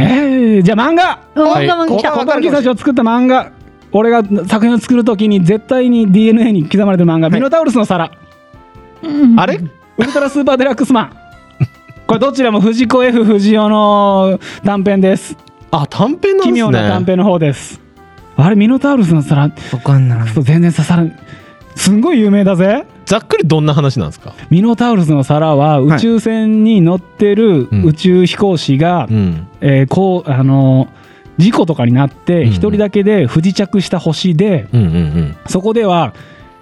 S1: えー、じゃあ漫画
S10: お
S3: はい
S10: 我慢
S4: こ
S10: 来
S4: こは
S10: た。
S1: 小
S4: わか
S1: 峠た
S4: るかもし
S1: ち
S4: れ
S1: を作った漫画俺が作品を作るときに絶対に DNA に刻まれてる漫画「ミノタウルスの皿」
S3: うんあれ
S1: ウルトラスーパーデラックスマン」 これどちらも藤子 F 不二雄の短編です
S3: あ、短編なんですね。
S1: 奇妙な短編の方ですあれミノタウルスの皿ち
S4: ないわかんな
S1: ょ
S4: い
S1: っ。と全然刺さらんすんごい有名だぜ
S3: ざっくりどんな話なんですか
S1: ミノタウルスの皿は宇宙船に乗ってる
S3: うん
S1: 宇宙飛行士が、
S3: うん。
S1: えーこうあの事故とかになっ
S3: う
S1: て
S3: んうん
S1: 一人だけで不時着した星で、
S3: うんうんうん。
S1: そこでは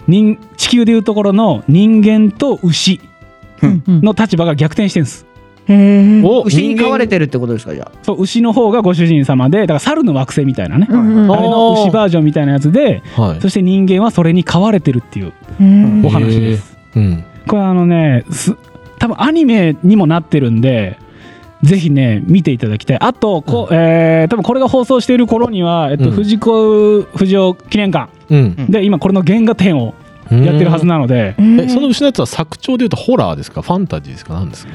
S1: 人地球でいうところの人間と牛の立場が逆転してるんです。
S10: へえ。
S3: お
S4: 牛に飼われ
S3: て
S4: てるってことですかじゃあ。
S1: そう牛の方がご主人様でだから猿の惑星みたいなね、
S10: うん
S1: あれの牛バージョンみたいなやつで
S3: はい
S1: そして人間はそれに飼われてるっていう
S10: うん
S1: お話です。
S3: へーうん。
S1: これあのねす多分アニメにもなってるんでぜひね見ていただきたいあとこ、えー多分これが放送している頃には、えっと
S3: うん
S1: 藤子不二雄記念館
S3: うん。
S1: で今これの原画展をやってるはずなので、
S3: え、その牛のやつは作調でいうとホラーですかファンタジーですか何ですか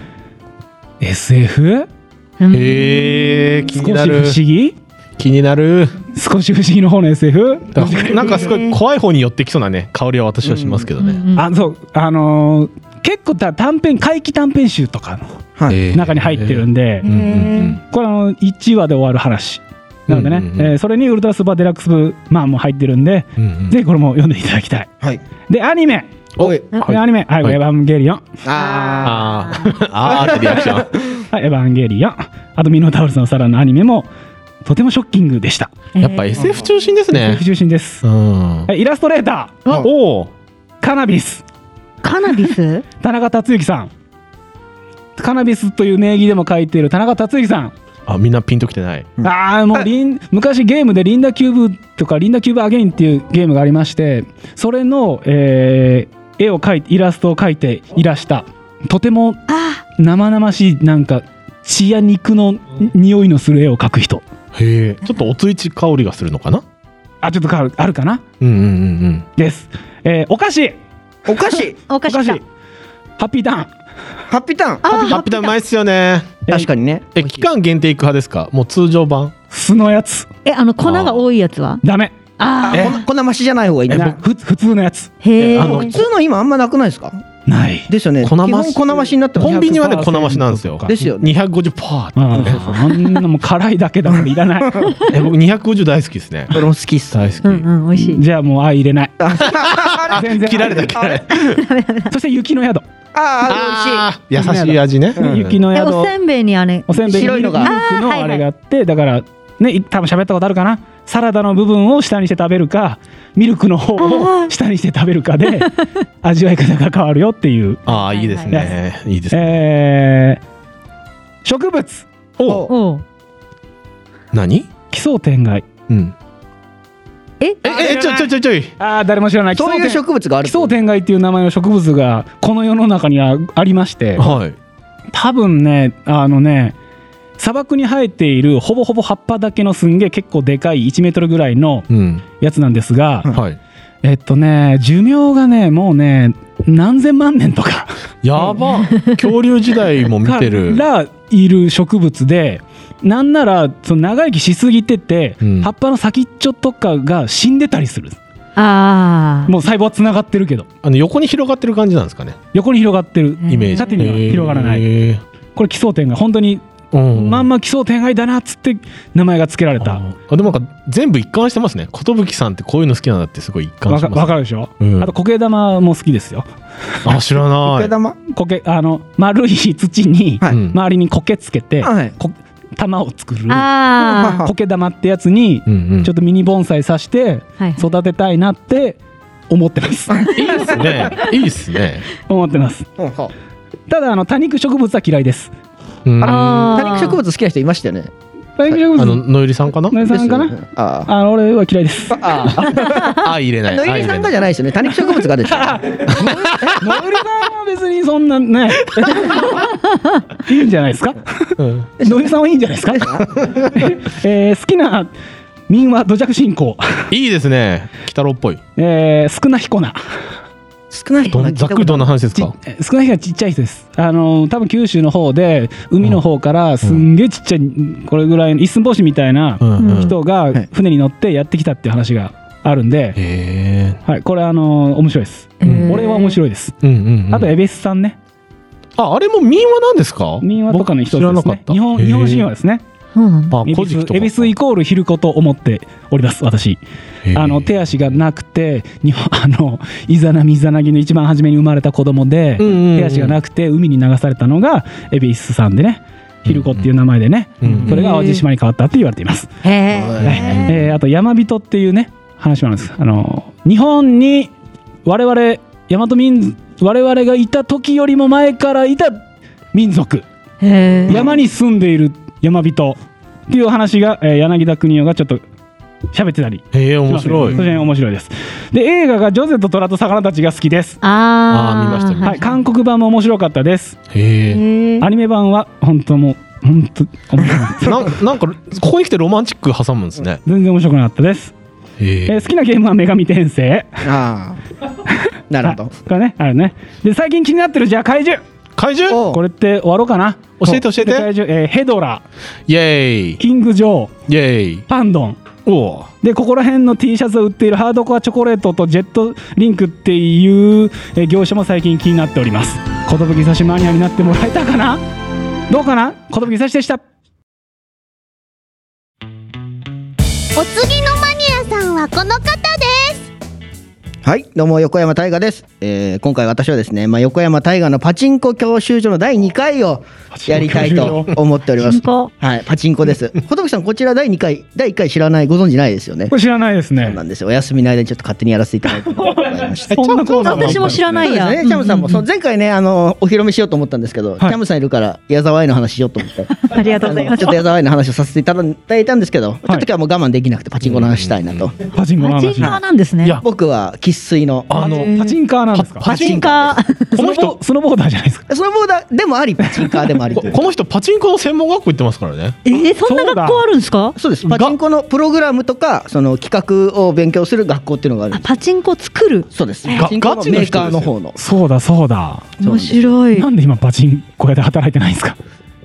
S1: SF?
S3: へえ、気
S1: 少
S3: に
S1: し
S3: な
S1: 不
S3: る。
S1: 思議
S3: 気になる。
S1: 少し不思議の方の SF?
S3: なんかすごい怖い方に寄ってきそうなね、香りは私はしますけどね。
S1: あそうあのー結構た短編怪奇短編集とかの
S4: うん
S3: へー
S1: 中に入ってるんで、
S3: うんうん
S1: これあの1話で終わる話なのでね、
S3: うんうんうん
S1: えーそれにウルトラスーパーデラックス部まあもう入ってるんで、
S3: うんうん
S1: ぜひこれも読んでいただきたい
S4: はい。
S1: でアニメ、
S4: おい。
S3: はい
S1: アニメ、はい、
S3: はい
S1: エヴァンゲリオン、
S4: あ
S3: あーあーってリアクション。
S1: はい、エヴァンゲリオンあとミノタウルスのサラのアニメもとてもショッキングでした、
S3: やっぱ SF 中心ですね
S1: 不。中心です、
S3: うん。
S1: はいイラストレータ
S4: あ
S1: ーおおカナビス
S10: カナビス？
S1: 田中達之さんカナビスという名義でも書いている田中達之さん、
S3: あ、みんなピンときてない。
S1: ああもうリン昔ゲームで「リンダキューブ」とか「リンダキューブアゲイン」っていうゲームがありましてそれの、えー絵を描いてイラストを描いていらしたとても生々しいなんか血や肉のん匂いのする絵を描く人
S3: へえ。ちょっとおついち香りがするのかな
S1: あちょっとかあるかな
S3: うんうんうんうん。
S1: です、えーお菓子
S4: ーお菓子。
S10: お
S1: お
S10: かし
S1: 菓
S10: い
S1: 子。ハッピーターン
S4: ハッピーターン。
S3: ハッピーターンうまいっすよね。
S4: 確かにね。
S3: え、期間限定いく派ですかもう通常版
S1: 酢のやつ
S10: え、あの粉が多いやつは？
S1: ダメ
S10: ああ。
S4: こんこんなマシじゃない方がいい
S1: な
S4: な。
S1: ふ普通のやつ
S10: へえ。
S3: あの
S4: 普通の今あんまなくないですか。
S1: ない
S4: ですよね。基
S3: 粉増し
S4: 本粉増しになってます
S3: コンビニはね、粉増しなんですよ。
S4: ですよね。
S3: 250%
S1: あ
S3: パーってね。
S1: あんなもう辛いだけだからいら ない
S3: え、僕250大好きですね。
S4: これも好きっす。
S3: 大好き
S10: う。んうん美味しい。
S1: じゃあもう愛入れない
S4: あ
S1: 全然
S3: 切られた、切られた。
S1: そして雪の宿、
S4: あ
S3: あー優しい味ね。
S1: 雪の
S10: え、
S1: 宿
S10: おせんべいにあれ。
S1: おせんべいに
S4: 白いのが
S1: ミル
S10: あ
S1: クの
S10: ーはいはい
S1: あれがあってだからねい多分喋ったことあるかなサラダの部分を下にして食べるかミルクの方を下にして食べる かで味わい方が変わるよっていう、
S3: ああ、いいですね。いいですね。
S1: えー植物
S4: お
S3: お
S10: おう。
S3: 何
S1: 奇想天外
S3: うん。
S10: え？
S3: え、え、ちょいちょいちょいちょい。
S1: あー誰も知らない奇
S4: そう
S1: 想
S4: いう
S1: 天
S4: 植物がある
S1: 奇。想天外っていう名前の植物がこの世の中にはありまして
S3: はい。
S1: 多分ねあのね砂漠に生えているほぼほぼ葉っぱだけのすんげえ結構でかい1メートルぐらいの
S3: うん。
S1: やつなんですが、
S3: はい。
S1: えっとね寿命がねもうね何千万年とか
S3: やば。恐竜時代も見
S1: か
S3: てる。
S1: らいる植物でなんならその長生きしすぎてて、
S3: うん
S1: 葉っぱの先っちょとかが死んでたりする
S10: ああ。
S1: もう細胞はつながってるけど
S3: あの横に広がってる感じなんですかね。
S1: 横に広がってる
S3: イメージ。
S1: 縦には
S3: へー
S1: 広がらない。これ奇想天が本当に
S3: うん
S1: まんま奇想天外だなっつって名前が付けられた
S3: あでもなんか全部一貫してますね寿さんってこういうの好きなんだってすごい一貫
S1: わ
S3: して
S1: か
S3: ます
S1: わかるでしょ、
S3: うん
S1: あと苔玉も好きですよ
S3: あ知らな
S4: 苔
S3: い
S4: 玉
S1: 苔あの丸い土に
S4: はい
S3: うん
S1: 周りに苔つけて、
S4: はい
S1: こ玉を作る
S10: あ
S1: 苔玉ってやつに
S3: うんうん
S1: ちょっとミニ盆栽さして
S10: あ。はい。
S1: 育てたいなって思ってます、
S3: いいですねいいですね
S1: 思ってます
S4: うんは
S1: ただあの多肉植物は嫌いです
S3: うんあ
S10: あ
S4: 多
S10: ー
S4: 肉植物好きな人いましたよね
S1: 多肉植
S3: の
S1: 物
S3: 野入さんかな
S1: 野井さんか
S4: で
S1: な
S4: すよねあー
S1: あの俺は嫌 いです
S4: あー
S3: あ入れない
S4: 野入さんがじゃないですよね多肉植物がですよね
S1: 野井さんは別にそん なねいいんじゃないですか
S3: ゃん
S1: 野井さんはいいんじゃないですか、 えー好きな民話土着信仰、
S3: いいですね鬼太郎っぽい
S1: えー、少なひこな
S4: 少ない人
S3: ど
S4: が
S3: んざっくりどんな話ですか
S1: ち少ない日はちっちゃい人ですあの多分九州の方で海の方からすんげえちっちゃい、これぐらいの一寸法師みたいな
S3: うんうん
S1: 人
S4: う
S1: が
S4: んはい
S1: 船に乗ってやってきたっていう話があるんで、
S3: へえ
S1: はい、これあの面白いです、
S3: うん
S1: 俺は面白いです、
S3: うんうんうん
S1: あとエベスさんね
S3: ああれも民話なんですか
S1: 民話とかの一つ
S3: 僕知ら
S1: で
S3: な
S1: す
S3: かっ
S1: ね
S3: た
S1: 日本日本神話
S3: へ
S1: ですね
S10: そうなん
S3: ー
S10: だ。
S3: あ
S1: エ
S3: 古
S1: ビス
S3: 事記と
S1: エビスイコール昼子と思っております私あの手足がなくて日本 あのイザナミイザナギの一番初めに生まれた子供で、手
S3: 手
S1: 足がなくて海に流されたのがエビスさんでね昼子っていう名前でね、
S3: うん
S1: それが淡路島に変わったって言われています、
S10: へえ。
S1: はいえーあと山人っていうね話もあるんですあの日本に我々大和民族我々がいた時よりも前からいた民族
S10: へえ。
S1: 山に住んでいる山人っていう話が、えー柳田邦夫がちょっと喋ってたり
S3: へえ
S1: し
S3: 面
S1: ますね
S3: 白い
S1: それ面白いですで映画が「ジョゼと虎と魚たち」が好きです、
S10: ああ。
S3: あー見ました見ま
S1: はい韓国版も面白かったです、
S3: へえ
S10: へえ。
S1: アニメ版は本当もう本当面白くない
S3: なんなんかここに来てロマンチック挟むんですね
S1: 全然面白くなかったです、
S3: へ
S1: え
S3: え
S1: ー好きなゲームは「女神転生」
S4: ああなるほど
S1: はいこれねあるねで最近気になってるじゃあ怪獣
S3: 怪獣
S4: おう
S1: これって終わろうかな
S3: 教えて教えて
S1: で怪獣、えーヘドラ
S3: イエーイ
S1: キング・ジョー
S3: イエーイ
S1: パンドン
S3: おう
S1: でここら辺の T シャツを売っているハードコアチョコレートとジェットリンクっていう、えー業者も最近気になっております寿久しマニアになってもらえたかなどうかな寿久しでした
S9: お次のマニアさんはこの方です
S4: はいどうも横山大河です、えー今回私はですね、まあ、横山大河のパチンコ教習所の第2回をやりたいと思っております
S10: こ
S4: はいパチンコ です仏さんこちら第2回第1回知らないご存知ないですよね
S1: これ知らないです
S4: そう
S1: ね
S4: なんですよお休みの間にちょっと勝手にやらせていた だいてもらいました
S1: そんなコーナーが
S10: 私も知らないや。
S4: そうですね、チャムさんも、そう前回ね、あの、お披露目しようと思ったんですけど、チ
S1: い
S4: ャムさんいるから、矢沢愛の話しようと 思って。
S10: ありがとうございます
S4: あのちょっと矢沢愛の話をさせていただいたんですけど、ちょっと今日はもう我慢できなくて、パチンコの話したいなと。
S1: パチンコ
S10: パ
S1: の
S10: チン
S1: 話
S10: カーなんですね。
S3: いや
S4: 僕は生粋の。
S3: あの
S1: パチンカーなんですか
S3: パ
S10: パ
S3: チ
S10: チ
S3: ン
S10: ン
S3: カ
S10: カー。
S1: この人スノボーダーじゃないですか
S4: スノボーダーでもあり、パチンカーでもあり
S3: こ。この人パチンコの専門学校行ってますからね
S10: えー、そんな学校あるんですか
S4: そうです。パチンコのプログラムとか、その企画を勉強する学校っていうのがあるん
S10: あ
S4: です。
S10: パチンコ作る。
S4: そうです。
S3: が
S4: パチンコ
S3: ガ
S4: の
S3: チの人
S4: メ
S3: で
S4: ー
S3: すよ
S4: カーの方の。
S1: そうだそうだ
S4: そうなん
S10: 面
S4: です
S10: 白い
S1: な。んで今パチンコ屋で働いてないんですか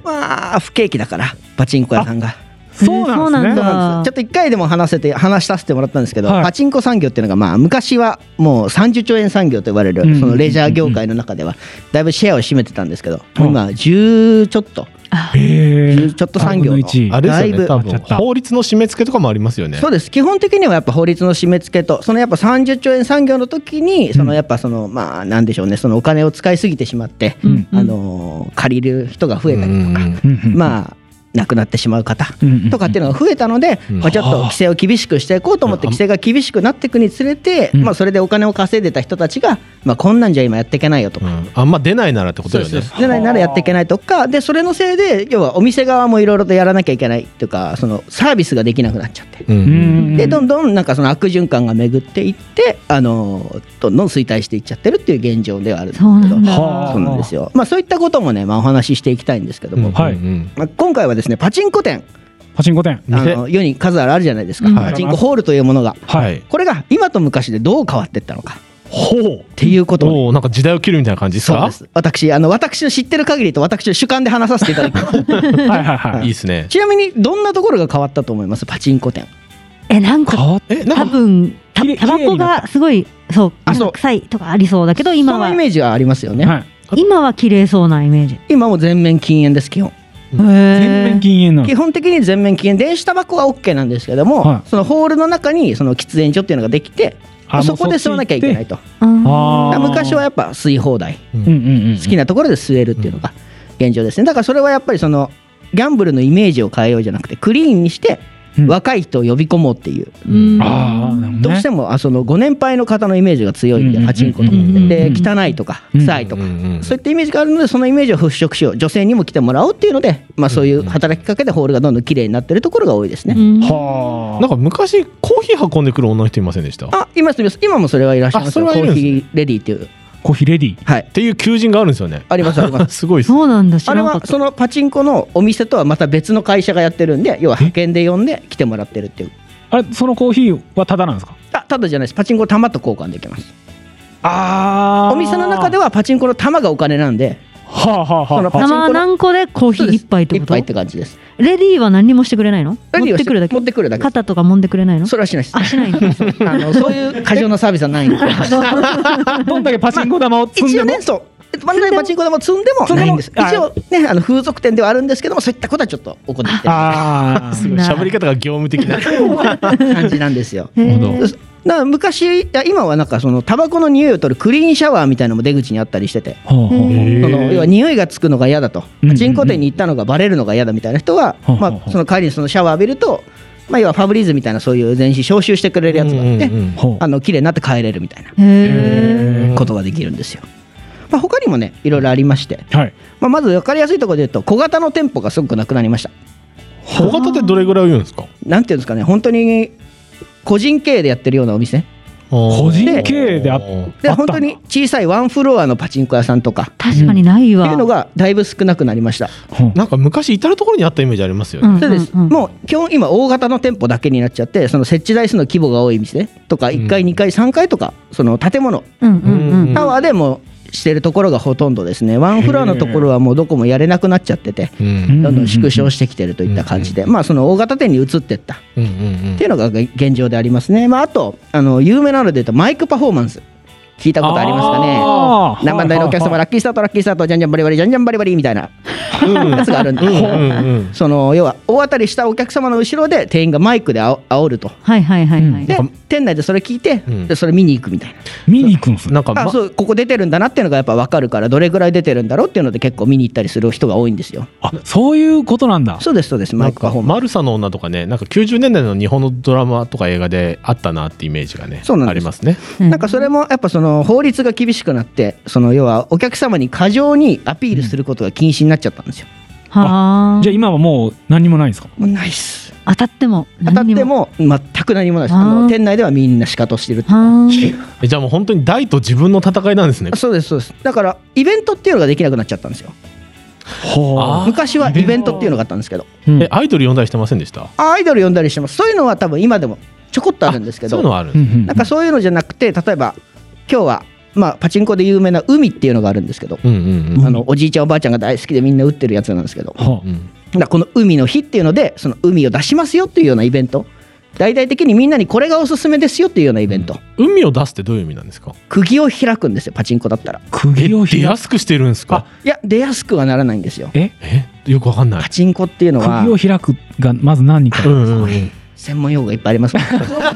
S4: まあ、不景気だから、パチンコ屋さんが。
S1: そうなんですね
S10: そうなん
S4: そう
S10: だ
S4: なんですよちょっと1回でも話せて話しさせてもらったんですけど、
S1: はい
S4: パチンコ産業っていうのが、まあ、昔はもう30兆円産業と呼ばれる、
S1: うん
S4: そのレジャー業界の中ではだいぶシェアを占めてたんですけど、
S1: うん
S4: 今10ちょっと
S1: へ
S4: ちょっと産業の
S1: 1
S3: あれですよね
S1: だ
S3: 多
S1: いぶ
S3: 分法律の締め付けとかもありますよね
S4: そうです基本的にはやっぱ法律の締め付けとそのやっぱ30兆円産業の時にそのやっぱその、まあなんでしょうねそのお金を使いすぎてしまって、
S10: うん
S4: あのー借りる人が増えたりとか、
S3: うん
S1: あ
S4: まあ亡くなってしまう方とかっていうのが増えたので、
S3: うん
S4: まあ、ちょっと規制を厳しくしていこうと思って
S3: うん
S4: 規制が厳しくなっていくにつれて、
S1: うん
S4: まあ、それでお金を稼いでた人たちが、まあ、こんなんじゃ今やっていけないよと
S3: う
S4: か。
S3: んあんま出ないならってこと
S4: そう
S3: よ
S4: ですそうで
S3: ね
S4: すでないならやっていけないとかでそれのせいで要はお店側もいろいろとやらなきゃいけないというかそのサービスができなくなっちゃって
S3: うん
S4: でどんどんなんかその悪循環が巡っていってあのどんどん衰退していっちゃってるっていう現状ではあるんですけ
S10: そうなん
S4: ど
S10: だ。
S1: はあ
S4: そうなんですよ、まあ、そういったこともね、まあ、お話ししていきたいんですけども、
S3: うん
S1: はい
S3: うん
S4: まあ、今回はですねパチンコ店
S1: パチンコ 店
S4: あ
S3: 店
S4: の世に数あるあるじゃないですか、
S10: うん
S4: パチンコホールというものが
S3: はい
S4: これが今と昔でどう変わっていったのかっ
S3: ほう
S4: ていうことをね
S3: おーなんか時代を切るみたいな感じです
S4: そう
S3: か
S4: です私あの私の知ってる限りと私の主観で話させていただきます
S1: はいはいはい
S3: いですね
S4: ちなみにどんなところが変わったと思いますパチンコ店
S10: え、なんか
S1: 変わっ
S3: えな
S10: 多
S3: んか
S10: 分た
S1: きれい
S10: タバコがすごいそう
S4: あ
S10: なん
S4: そう
S10: か臭いとかありそうだけど今
S4: そ
S10: は
S4: のイメージはありますよね、
S1: はい
S10: 今は綺麗そうなイメージ
S4: 今も全面禁煙です基本
S1: 全面禁煙な
S4: 基
S1: の。
S4: 本的に全面禁煙電子タバコは OK なんですけども、
S1: はい
S4: そのホールの中にその喫煙所っていうのができて
S1: あ
S4: そこ
S1: も
S4: で
S1: う
S4: 吸
S1: そ
S4: わ
S1: っち行って
S4: なきゃいけないと
S1: あー
S4: 昔はやっぱ吸い放題
S1: うんうんうん。
S4: 好きなところで吸えるっていうのが現状ですねだからそれはやっぱりそのギャンブルのイメージを変えようじゃなくてクリーンにして
S1: うん
S4: 若い人を呼び込もうっていう、
S1: ああ、なるほど
S4: どう
S1: ね
S4: してもあそのご年配の方のイメージが強いんで
S1: うん
S4: パチンコとか
S1: うん
S4: で汚いとか
S1: うん
S4: 臭いとかそういったイメージがあるのでそのイメージを払拭しよう女性にも来てもらおうっていうので、まあ、そういう働きかけでホールがどんどん綺麗になってるところが多いですね。
S1: は
S3: なんか昔コーヒー運んでくる女の人いませんでしたっ
S4: あ、いますいます。今もそれはいらっしゃいますよ。
S3: あ
S4: コ
S3: それ
S4: ー
S3: はいるんで
S4: ヒ
S3: すね
S4: ーレディーっていう。
S1: あ。コーヒーレディー。
S4: はい。
S3: ていう求人があるんですよね。
S4: ありますあります
S3: すごいです
S2: そうなん だ、知
S4: あ
S2: ら
S4: れ
S2: なか
S4: は
S2: った
S4: そ。のパチンコのお店とはまた別の会社がやってるんで、要は派遣で呼んで来てもらってるっていう。
S1: あれ、そのコーヒーはタダなんですか
S4: あ、ただじゃないです。パチンコ玉と交換できます。
S1: あ
S4: お店の中で
S1: は。
S4: はパチンコの玉がお金なんで、
S1: はあはあはあ
S4: そのパチンコ
S2: 生
S4: の
S2: 何個でコーヒ
S4: そう
S2: ー
S4: です
S2: 一杯ってこ
S4: 一
S2: と
S4: 杯って感じです。
S2: レディーは何にもしてくれないの
S4: レディー
S2: 持
S4: は
S2: っ
S4: して
S2: くるだけ
S4: 持ってくるだけ。
S2: 肩とか揉んでくれないの
S4: それはしないです。
S2: あ、しないの
S4: あのそういう過剰なサービスはないん で。
S1: どんだけパチンコ玉を積ん
S4: 一
S1: で
S4: 応
S1: も
S4: ね、そう。万歳パチンコ玉積んでも
S1: 積んでも
S4: ないんです。
S1: あ
S4: 一応ね、あの風俗店ではあるんですけども、そういったことはちょっと行ってる
S1: ああ
S3: すごい喋り方が業務的な
S4: 感じなんですよ。
S2: へ
S3: なるほ
S2: ー
S4: だから昔いや今はなんかそのタバコの匂いを取るクリーンシャワーみたいなのも出口にあったりしてて、
S1: は
S4: その要は匂いがつくのが嫌だと
S1: うんうんうん
S4: 人工店に行ったのがバレるのが嫌だみたいな人は、
S1: はあはあ
S4: まあ、その帰りにそのシャワー浴びると、まあ、要はファブリーズみたいなそういう全身消臭してくれるやつがあって、
S3: うんうんうん
S1: ほう
S4: あの綺麗になって帰れるみたいな
S2: へー
S4: ことができるんですよ。まあ、他にもねいろいろありまして、
S1: あ。はい。
S4: まあ、まず分かりやすいところで言うと小型の店舗がすごくなくなりました。
S3: 小型ってどれぐらいを言うんですか
S4: なんていうんですかね本当に個人経営でやってるようなお店
S3: 個
S1: 人経営であっ
S4: で
S1: あったん
S4: 本
S1: だ
S4: 当に小さいワンフロアのパチンコ屋さんとか
S2: 確かにない
S4: っ
S2: わ。
S4: ていうのがだいぶ少なくなりました。
S1: ほう
S3: なんか昔至る所にあったイメージありますよね、
S2: うん
S4: そうです。もう基本今大型の店舗だけになっちゃって、その設置台数の規模が多い店とか
S3: ん
S4: 1階2階3階とかその建物
S2: うんうんうん。
S4: タワーでもしてるところがほとんどですね。ワンフロアのところはもうどこもやれなくなっちゃってて。
S3: うん
S4: どんどん縮小してきてるといった感じで、まあその大型店に移ってったっ
S3: うんうん
S4: ていうのが現状でありますね。まああとあの有名なので言うとマイクパフォーマンス聞いたことありますかね。
S1: あー
S4: 何番台のお客様ラッキースタートラッキースタートじゃんじゃんバリバリじゃんじゃんバリバリみたいな
S3: うん
S4: やつがあるんで
S3: うんうんうん
S4: その要は大当たりしたお客様の後ろで店員がマイクであお煽ると
S2: はいはいはいはい。
S4: で店内でそれ聞いて、
S3: うん
S4: でそれ見に行くみたい
S1: 見に行くんですね。
S3: なんか、
S4: な、
S3: ま
S4: あ、そうここ出てるんだなっていうのがやっぱ分かるからどれぐらい出てるんだろうっていうので結構見に行ったりする人が多いんですよ
S1: あ、そういうことなんだ。
S4: そうですそうですマ
S3: な
S4: イ
S3: ん
S4: クパ
S3: か
S4: フォーマン
S3: マルサの女とかねなんか90年代の日本のドラマとか映画であったなってイメージがね
S4: そうなんです
S3: ありますね
S4: スなんかそれもやっぱその法律が厳しくなってその要はお客様に過剰にアピールすることが禁止になっちゃったんですよ、
S2: はあ
S1: じゃあ。今はもう何にもないんですか
S4: もうナイス
S2: 当たっても。
S4: 当たっ
S2: 何に
S4: て。も全く何もないです
S2: あー
S4: あの店内ではみんな仕方してるっていう
S2: はあ。
S3: えじゃあもう本当に大と自分の戦いなんですね
S4: あそうですそうですだからイベントっていうのができなくなっちゃったんですよ
S1: ほ
S3: あ
S4: 昔はイベントっていうのがあったんですけど
S1: う
S3: えアイドル呼んだりしてませんでした
S4: アイドル呼んだりしてますそういうのは多分今でもちょこっとあるんですけ
S3: そういうの
S4: ど
S3: はあるん
S1: う
S3: で
S1: ん
S3: す
S1: う
S3: ね
S1: ん
S4: なんかそういうのじゃなくて例えば今日は、まあ、パチンコで有名な海っていうのがあるんですけど、
S3: うんうんうん
S4: あのおじいちゃんおばあちゃんが大好きでみんな打ってるやつなんですけどだか
S1: は
S3: う
S1: あ
S3: ん
S4: らこの海の日っていうのでその海を出しますよっていうようなイベント大々的にみんなにこれがおすすめですよっていうようなイベント、
S3: 海を出すってどういう意味なんですか
S4: 釘を開くんですよパチンコだったら
S3: え
S1: 釘を
S3: 出
S1: 開
S3: や
S1: く。
S3: すくしてるんですか
S4: いや出やすくはならないんですよ
S1: え
S3: えよくわかんない
S4: パチンコっていうのは
S1: 釘を開くがまず何か
S3: う。んうんうん
S4: 専門用語がいっぱいありますから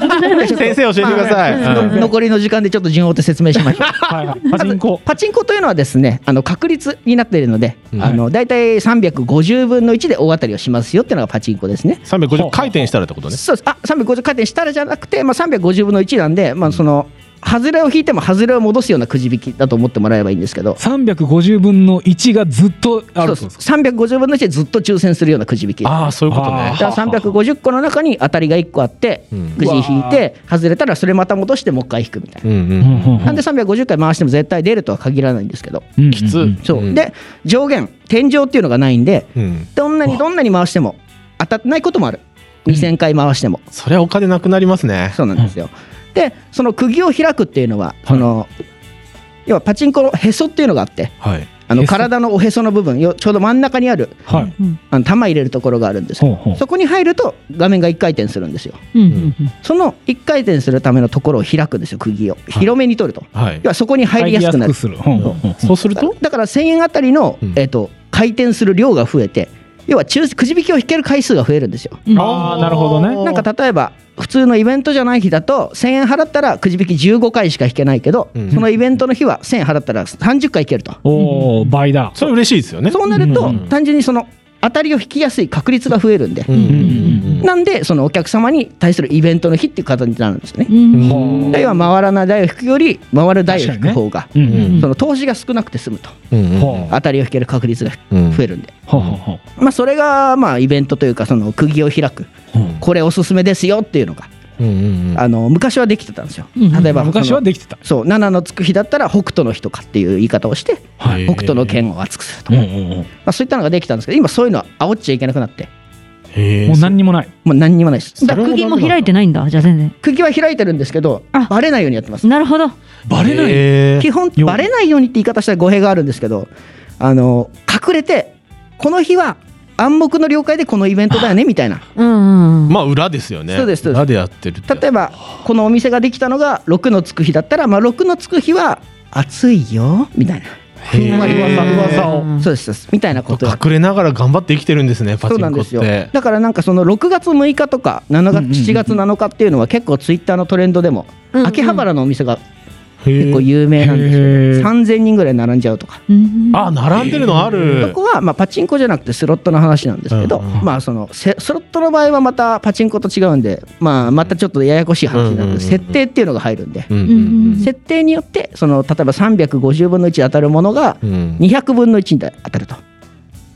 S3: 先生教えてください
S4: の
S3: うん
S4: 残りの時間でちょっと順を追って説明しましょ う
S1: はいはい。パチンコ。
S4: パチンコというのはですねあの確率になっているので、
S3: うん
S4: あの大体350分の1で大当たりをしますよっていうのがパチンコですね。
S3: 350回転したらってことね
S4: そうですあ350回転したらじゃなくて、まあ、350分の1なんで、まあ、その外れを引いても外れを戻すようなくじ引きだと思ってもらえばいいんですけど
S1: 350分の1がずっとあ
S4: そ
S1: る
S4: うんそう
S1: ですか
S4: 350分の1でずっと抽選するようなくじ引きだか
S3: ああそういうことね
S1: あ
S4: ら350個の中に当たりが1個あって
S3: うん
S4: くじ引いて外れたらそれまた戻してもう一回引くみたいな。
S3: うんうん
S1: うんうんうん
S4: なんで350回回しても絶対出るとは限らないんですけど、
S1: うんうんうん
S3: きつ
S4: そう
S3: うん
S4: で上限天井っていうのがないんで、
S3: うん
S4: どんなにどんなに回しても当たってないこともある2000回回しても、
S3: それはお金なくなりますね
S4: そうなんですよ、でその釘を開くっていうのはその、要はパチンコのへそっていうのがあって
S3: はい
S4: あの
S1: へそ
S4: 体のおへその部分よちょうど真ん中にある
S1: はい。
S4: あの玉入れるところがあるんです
S1: ほう
S4: よ
S1: ほう。
S4: そこに入ると画面が1回転するんですよ
S2: うんうんうん。
S4: その1回転するためのところを開くんですよ釘を広めに取ると、
S3: はい
S4: 要はそこに入りやすくなる
S1: する。ほうほうほう
S3: そうすると
S4: だから1000円あたりの、
S3: うん
S4: えっと回転する量が増えて要は抽くじ引きを引ける回数が増えるんですよ。
S1: ああ、なるほどね。
S4: なんか例えば普通のイベントじゃない日だと1000円払ったらくじ引き15回しか引けないけど、
S3: うん
S4: そのイベントの日は1000円払ったら30回引けると。
S1: おお、倍だ。
S3: それ嬉しいですよね。
S4: そうなると、
S3: うん
S4: 単純にその当たりを引きやすい確率が増えるんで、
S3: うんうん
S4: なんでそのお客様に対するイベントの日っていう形になるんですね。
S3: うん
S1: ほ
S4: 要は回らない台を引くより回る台を引く方が、
S1: う。
S3: うんん
S4: その投資が少なくて済むと
S3: うん
S1: ほう
S4: 当たりを引ける確率が
S3: うん
S4: 増えるんで、
S1: ほうほうほう。
S4: まあ、それがまあイベントというかその釘を開く
S1: うん
S4: これおすすめですよっていうのが、
S3: うんうんうん
S4: あの昔はできてたんですよ。
S2: うん
S4: 例えば
S1: 昔は
S4: その
S1: できてた。
S4: そう7のつく日だったら北斗の日とかっていう言い方をして
S1: はい
S3: へー
S4: 北斗の剣を熱くすると、
S1: うん
S4: ま
S1: うんうん。
S4: あ、そういったのができたんですけど今そういうのは煽っちゃいけなくなって
S3: へえ
S1: もう何にもない。
S4: もう何にもないです
S2: だから釘も開いてないんだじゃあ全然
S4: 釘は開いてるんですけど
S2: あ
S4: バレないようにやってます
S2: なるほど
S1: バレない。
S3: へー
S4: 基本
S1: よ
S4: バレないようにって言い方したら語弊があるんですけどあの隠れてこの日は暗黙の了解でこのイベントだよねみたいな
S2: うんうん
S3: まあ裏ですよね。
S4: そうですそうです
S3: 裏でやってるって。
S4: 例えばこのお店ができたのが6のつく日だったら、まあ、6のつく日は暑いよみたいな
S3: へー
S4: ふんわり噂
S2: 噂をうん
S4: そうですそうですみたいなことが
S3: 隠れながら頑張って生きてるんですね。パ
S4: そ
S3: チ
S4: うな
S3: ン
S4: ん
S3: コ
S4: で
S3: っ
S4: すよ
S3: て。
S4: だからなんかその6月6日とか7月7月7日っていうのは結構ツイッターのトレンドでも
S2: うんうん
S4: 秋葉原のお店が
S3: 結
S4: 結構有名なんですけど
S1: へ
S4: 3000人ぐらい並んじゃうとか
S2: うん
S3: あ並んでるのあ
S4: そ
S3: る。
S4: こはまあパチンコじゃなくてスロットの話なんですけど、
S3: うんうん
S4: まあそのせスロットの場合はまたパチンコと違うんで、まあ、またちょっとややこしい話になる
S3: うんうんうんんう
S4: で
S3: ん
S4: 設定っていうのが入るんで、
S3: うん
S2: うん
S4: 設定によってその例えば350分の1で当たるものが
S3: うんうん
S4: 200分の1に当たると、
S3: うんうん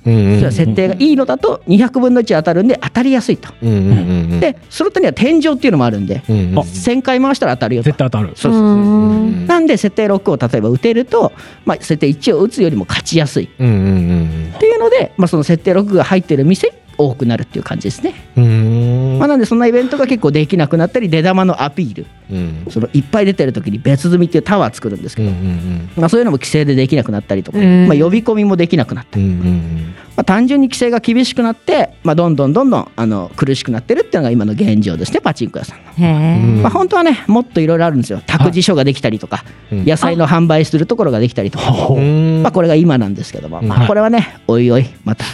S4: それは設定がいいのだと200分の1当たるんで当たりやすいと。
S3: うんうんうんうん
S4: でスロットには天井っていうのもあるんで
S3: うんうん
S1: あ
S4: 1000回回したら当たるよと
S1: 絶。対当たる。
S4: そう
S2: う
S4: そうそうんなんで設定6を例えば打てると、まあ、設定1を打つよりも勝ちやすいっ
S3: うんうん
S4: ていうので、まあ、その設定6が入ってる店多くなるっていう感じですね。
S3: うんうん
S4: まあ、なんでそんなイベントが結構できなくなったり出玉のアピール
S3: うん
S4: そのいっぱい出てる時に別積みっていうタワー作るんです
S3: う
S4: け
S3: ん
S4: ど、
S3: うん
S4: まあ、そういうのも規制でできなくなったりとか、
S2: うん
S4: まあ、呼び込みもできなくなった
S3: うんう
S4: り、
S3: んうん
S4: まあ、単純に規制が厳しくなって、まあ、どんどんどんどんあの苦しくなってるっていうのが今の現状ですねパチンコ屋さんの。
S2: へえ
S4: まあ、本当はねもっといろいろあるんですよ託児所ができたりとか、
S3: うん
S4: 野菜の販売するところができたりとか、
S3: うん
S4: まあ、これが今なんですけども、まあ、これはねおいおいまた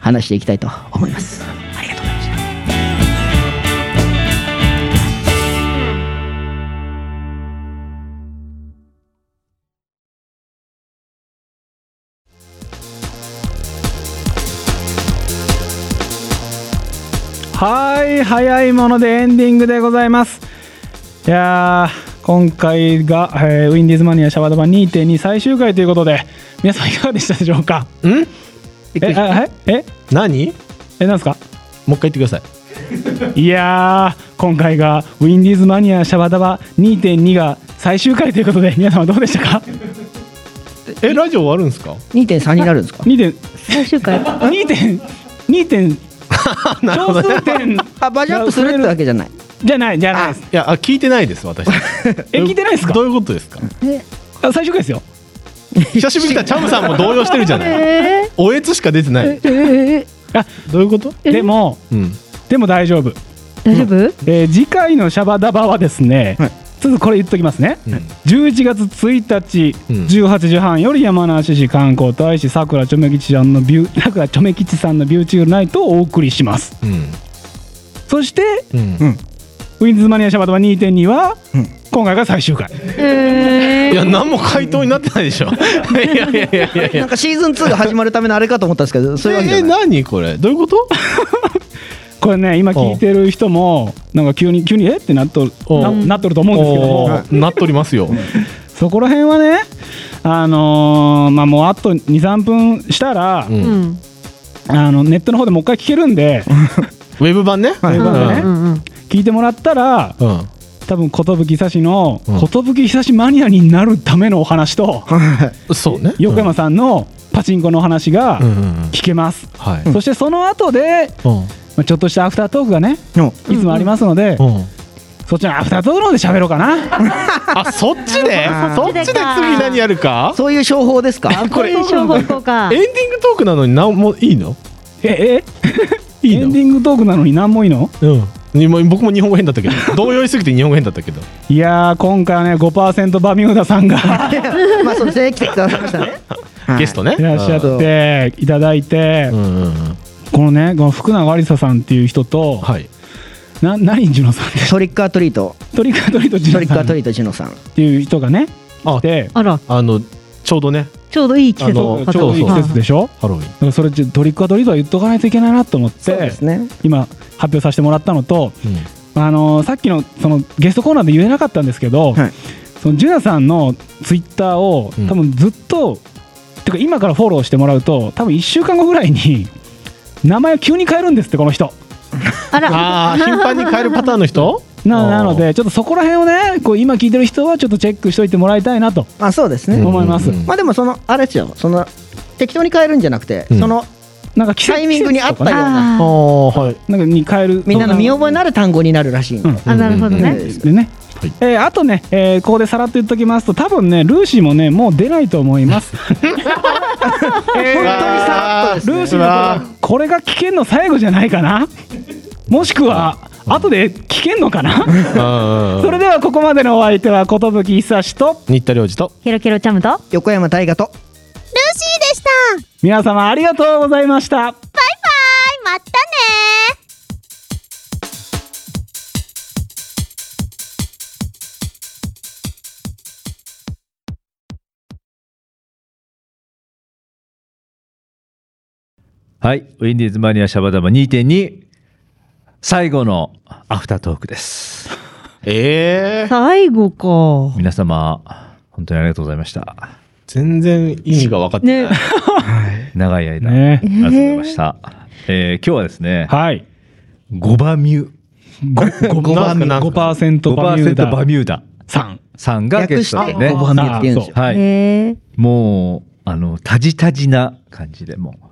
S4: 話していきたいと思い ます。ありがとうございました
S1: はい、早いものでエンディングでございます。いやー、今回が、えーウィンディーズマニアシャワーダバ2.2最終回ということで、皆さんいかがでしたでしょうか
S3: う
S4: び
S3: ん
S4: っく
S1: え、
S4: りした
S1: あえ、え、
S3: 何もう
S1: え、なんですか
S3: 一回言ってください
S1: いやー、今回がウィンディーズマニアシャワダバ2.2が最終回ということで、皆様どうでしたか
S3: えラジオ終わるんです か
S4: 2.3になるんですか
S1: ?2 点、
S2: 最終回
S1: 2点、2点、小数点
S4: あバージョンアップするってわけじゃない
S1: じゃない、じゃないです。
S3: いやあ聞いてないです 私
S1: え、聞いてないですか
S3: どういうこと ですか
S1: あ最終回ですよ。
S3: 久しぶりに来たチャムさんも動揺してるじゃないおえつしか出てない
S1: あ
S3: どういうこと
S1: でも、
S3: うん
S1: でも大丈夫。
S2: 大丈夫
S1: えー次回のシャバダバはですね、
S4: はい
S1: ちょっとこれ言っときますね、
S3: うん
S1: 11月1日、
S3: うん
S1: 18時半より山梨市観光大使さくらちょめきちさんのビューさくらちょめきちさんのビューチュールナイトをお送りします
S3: うん
S1: そして
S3: うん
S1: ウィンズマニアシャバダバ2.2は、
S4: うん
S1: 今回が最終回
S3: いや何も回答になってないで しょいやいやいやいやい
S4: な
S3: や
S4: んかシーズン2が始まるためのあれかと思ったんですけど、そういうわけじ
S3: え
S4: ゃない。
S3: 何これどういうこと
S1: これね今聞いてる人もなんか急に急にえってなっとる
S3: おう
S1: ななっとると思うんですけども、
S3: おーなっとりますよ
S1: そこら辺はねあのーまあもうあと23分したら、
S3: うん
S2: うん
S1: あのネットの方でもう一回聞けるんで、
S3: ウェブ版ね
S1: ということでね、
S2: うんうん
S1: 聞いてもらったら
S3: うんうん
S1: 多分寿久志の
S3: うん
S1: 寿久志マニアになるためのお話と、
S3: そうね
S1: 横山さんのパチンコのお話が
S3: うんうんうん
S1: 聞けます、
S3: はい
S1: そしてその後で、
S3: うん
S1: まあ、ちょっとしたアフタートークがね
S4: うん
S1: いつもありますので、
S3: うん
S1: そっちのアフタートークの方で喋ろうかな
S3: あそっちで
S4: あー
S3: そっちで次何やるか
S4: そういう商法です か。
S2: これ消防効果
S3: エンディングトークなのに何もいいの
S1: ええ
S3: いい
S1: エ
S3: の
S1: ンディングトークなのに何もいいの
S3: うん今僕も日本語変だったけど動揺しすぎて日本語変だったけど
S1: いやー今回はね5%バミューダさん が
S4: まあそうですね、来てくださいましたね。
S3: ゲストね
S1: いらっしゃっていただいて、
S3: うんうんうん
S1: このね、この福永ありささんっていう人と、
S3: はい。
S1: な何ジュノさんで
S4: トリックアトリート
S1: トリックアトリートジ
S4: ト
S1: ュ
S4: リ
S1: ノ
S4: ック
S1: さ
S4: ア
S1: ん
S4: ト
S1: っ
S4: リートジュノさん
S1: ていう人がね、
S3: あ
S1: いて、
S2: あら、
S3: あの、ちょうどね、
S2: ちょうどいい季
S3: あ
S2: 節。
S3: の
S1: ちょうどいい季節でしょ
S3: ハロウィン。
S1: だからそれちょトリックアトリートは言っとかないといけないなと思って、
S4: ね
S1: 今発表させてもらったのと、
S3: うん
S1: あのーさっきのそのゲストコーナーで言えなかったんですけど、
S4: はい
S1: そのジュナさんのツイッターを
S3: うん
S1: 多分ずっと、てか今からフォローしてもらうと多分1週間後ぐらいに名前を急に変えるんですってこの人
S2: あら、
S3: ああ、頻繁に変えるパターンの人
S1: ななのでちょっとそこら辺をねこう今聞いてる人はちょっとチェックしといてもらいたいなと
S4: まあそうですね、
S3: うん
S1: 思います、
S3: うん
S4: まあでもそのあれですよその適当に変えるんじゃなくて、
S3: うん
S4: その
S1: なんか季節
S4: タイミングに合った ような
S3: ああ、はい。
S1: なんかに変える
S4: みんなの見覚えのある単語になるらしいんで、
S1: うん
S2: あ、なるほど
S4: うん
S2: ね。
S1: でね、
S3: はい
S1: えーあとね、えーここでさらっと言っときますと多分ねルーシーもねもう出ないと思い ます、え
S3: 本当に
S1: ー
S3: さらっとですね
S1: ルーシーの声これが聞けんの最後じゃないかなもしくは後で聞けんのかな それではここまでのお相手は寿久志と
S3: 新田良二と
S2: ケロケロチャムと。
S4: 横山大河と
S9: ルーシーでした
S1: 皆様ありがとうございました
S9: バイバイまたね
S11: はい。ウィンディーズマニアシャバダバ2.2。最後のアフタートークです。
S3: ええ
S2: 最後か。
S11: 皆様、本当にありがとうございました。
S3: 全然意味が分かってない、
S11: 長い間、
S1: ね
S11: ありがとうございました。えー今日はですね、
S1: はい
S11: ゴバミュ、
S3: ごなんすかなんすか
S1: 5%バミュー
S11: 5%バ
S1: ダ
S11: ミューダ
S1: さん
S11: さんがゲ
S4: 略
S11: ス
S4: して
S11: トでね
S4: オ。バミュって言うんですよ
S11: はい。
S2: へえ。
S11: もう、あの、タジタジな感じで、もう。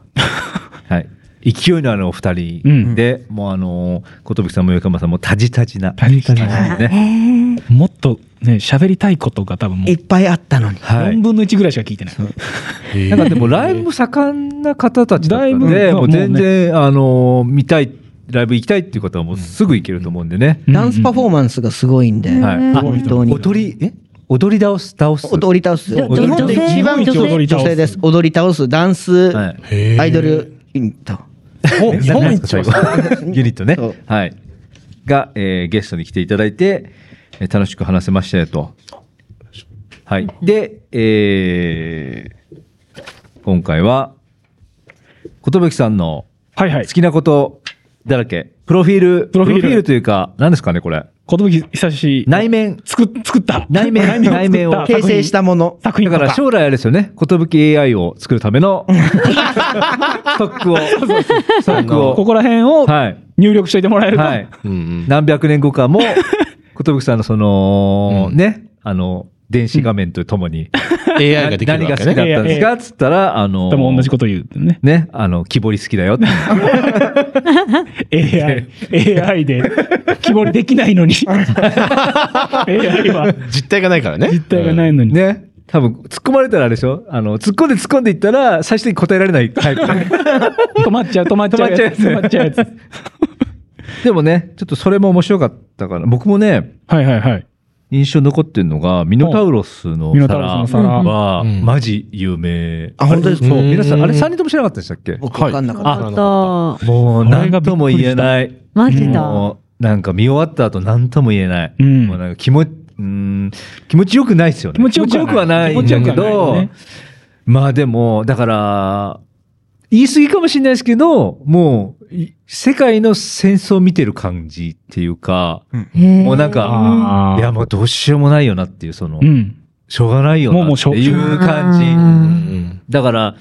S11: はい。勢いのあるお二人で、もうあの、ことぶきさんも横山さんもタジタジな。
S1: タジタジ
S11: はいね。
S1: もっとね喋りたいことが多分も
S4: いうっぱいあったのに
S11: は
S1: 4
S11: い。
S1: 分の1ぐらいしか聞い てない、
S11: なんかでもライブも盛んな方たちだったん
S1: だい
S11: で、
S1: ぶ
S11: もう全然、あの、見たい、ライブ行きたいっていう方はもうすぐ行けると思うんでね。
S4: ダンスパフォーマンスがすごいんで、
S11: はい。あ
S4: 本当に
S11: 踊り、え踊り倒す、倒す。
S4: 踊り倒す日
S11: 女性
S4: 本で一番
S1: 女性
S4: 女性です踊り倒すダンス、
S11: はい。
S4: アイドルユニット
S11: えななんですか最後 ユニットね
S4: そう。
S11: はい。が、えーゲストに来ていただいて、えー楽しく話せましたよと。はい。で、えー今回は、寿さんの
S1: はいは
S11: 好
S1: い
S11: きなことだらけ、プロフィール、
S1: プロフィール
S11: というか、何ですかね、これ。
S1: 寿久志
S11: 内面、
S1: 作作った
S11: 内面
S1: を
S11: 内面を
S1: 作った
S4: 形成したもの
S1: 作
S11: だ
S1: 品と
S11: か
S1: から
S11: 将来あれですよね、寿 AI を作るための、ストックを、ストック
S1: こ
S11: を、
S1: こら辺を
S11: はい。
S1: 入力しておいてもらえると、
S11: はい。
S3: うんうん、
S11: 何百年後かも、寿さんのその、
S3: うん
S11: ね、あの、電子画面とともに、
S3: AI ができ
S11: 何
S3: るわ
S11: が
S3: け
S11: 好きだっ
S1: い
S3: ね
S1: や
S11: たんですかつったら、あの、
S1: でも同じこと言うってね
S11: ね、あの、木彫り好きだよって。
S1: AI, AI で木彫りできない のに AI は
S3: 実体がないからね
S1: 実体がないのに、
S11: ね。多分、突っ込まれたらあれでしょあの、突っ込んで突っ込んでいったら、最終的に答えられないタイプ。
S1: 止まっちゃう止まっちゃうやつ止ま
S11: 止ま
S1: っ
S11: っ
S1: ち
S11: ち
S1: ゃ
S11: ゃ
S1: う
S11: う
S1: や
S11: や
S1: つ
S11: つでもね、ちょっとそれも面白かったから、僕もね、
S1: はいはいはい
S11: 印象に残ってるのが、ミノタウロスの
S1: ミノタウロスの
S11: 皿
S1: 皿
S11: は、
S3: うん
S11: マジ有名。
S4: あ本当ですか
S11: そう、皆さん、あれ3人とも知らなかったでしたっけ
S4: 僕分かんなかった、
S3: は
S2: あと、
S11: もう、
S1: あれ
S11: 何
S1: がびっ
S11: と
S1: く
S11: も
S1: りした
S11: 言えない。
S2: マジだ。
S11: もうなんか見終わった後何とも言えない。
S1: うん
S11: もうなんか気持ち、うん、気持ちよくないですよね。
S1: 気持ちよくはない
S11: 気持ちよくはな
S1: 気持ちよくは
S11: いんだけど、
S1: ないよね
S11: まあでも、だから、言い過ぎかもしれないですけど、もう、い世界の戦争を見てる感じっていうか、も
S2: も
S11: うなんか、
S1: あ
S11: いやもうどうしようもないよなっていう、その
S1: う、ん
S11: しょうがないよ
S1: もうも
S11: な
S1: う
S11: っ
S1: しょ
S11: ていう感じ。
S3: うん
S11: だから、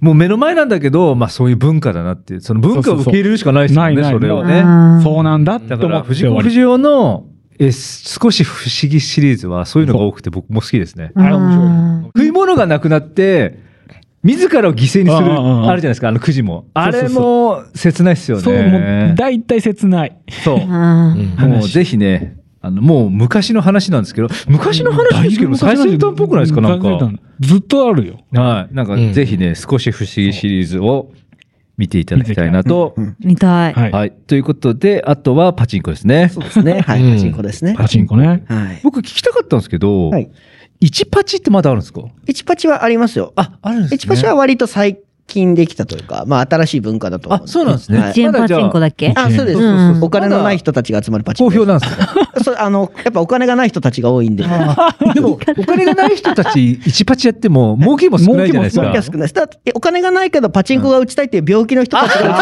S11: もう目の前なんだけど、まあそういう文化だなっていう、その文化を受け入れるしかないですよね、
S1: そうそうそう
S11: それをね。
S1: そうなんだって
S11: だか
S1: 思
S11: ら
S1: って
S11: 藤
S1: 終
S11: 子
S1: わ
S11: 不
S1: り
S11: 二雄のえーす少し不思議シリーズはそういうのが多くて僕も好きですね。
S1: あれ面白い
S11: 食い物がなくなって自らを犠牲にす
S1: う
S11: る
S1: んうんうん
S11: あるじゃないですかあのくじも
S1: そ
S11: あ
S1: うそう
S11: れ
S1: そ
S11: も切ないっすよ
S1: そうもう
S11: ね。
S1: 大体切ない
S11: そうもうぜひねあのもう昔の話なんですけど昔の話ですけど最先端っぽくないですかなん
S1: 最先
S11: か
S1: 端ずっとあるよ
S11: はいなんか
S3: うん
S11: ぜひね少し不思議シリーズを見ていただきたいなと
S2: 見たい。
S1: はい、
S11: はいということであとはパチンコですね
S4: そうですねはい
S3: うん
S4: パチンコですね、
S1: パチンコね
S4: はい
S11: 僕聞きたかったんですけど
S4: はい
S11: 一パチってまだあるんですか
S4: 一パチはありますよ
S11: あ、あるんですね。
S4: 一パチは割と最近できたというか、まあ、新しい文化だと思う。
S11: あそうなんですね
S4: はい
S2: 1円パチンコだっけ
S4: あ、そうです。
S2: うん
S4: そうそうお金のない人たちが集まるパチン
S11: 好
S4: コ。
S11: 評なんですか
S4: そうあの、やっぱお金がない人たちが多いんで。
S11: でも、お金がない人たち、一パチやっても、儲けも少ないじゃないです
S4: 儲け
S11: か
S4: は。少ないですだってお金がないけどパチンコが打ちたいっていう病気の人たちが打ちの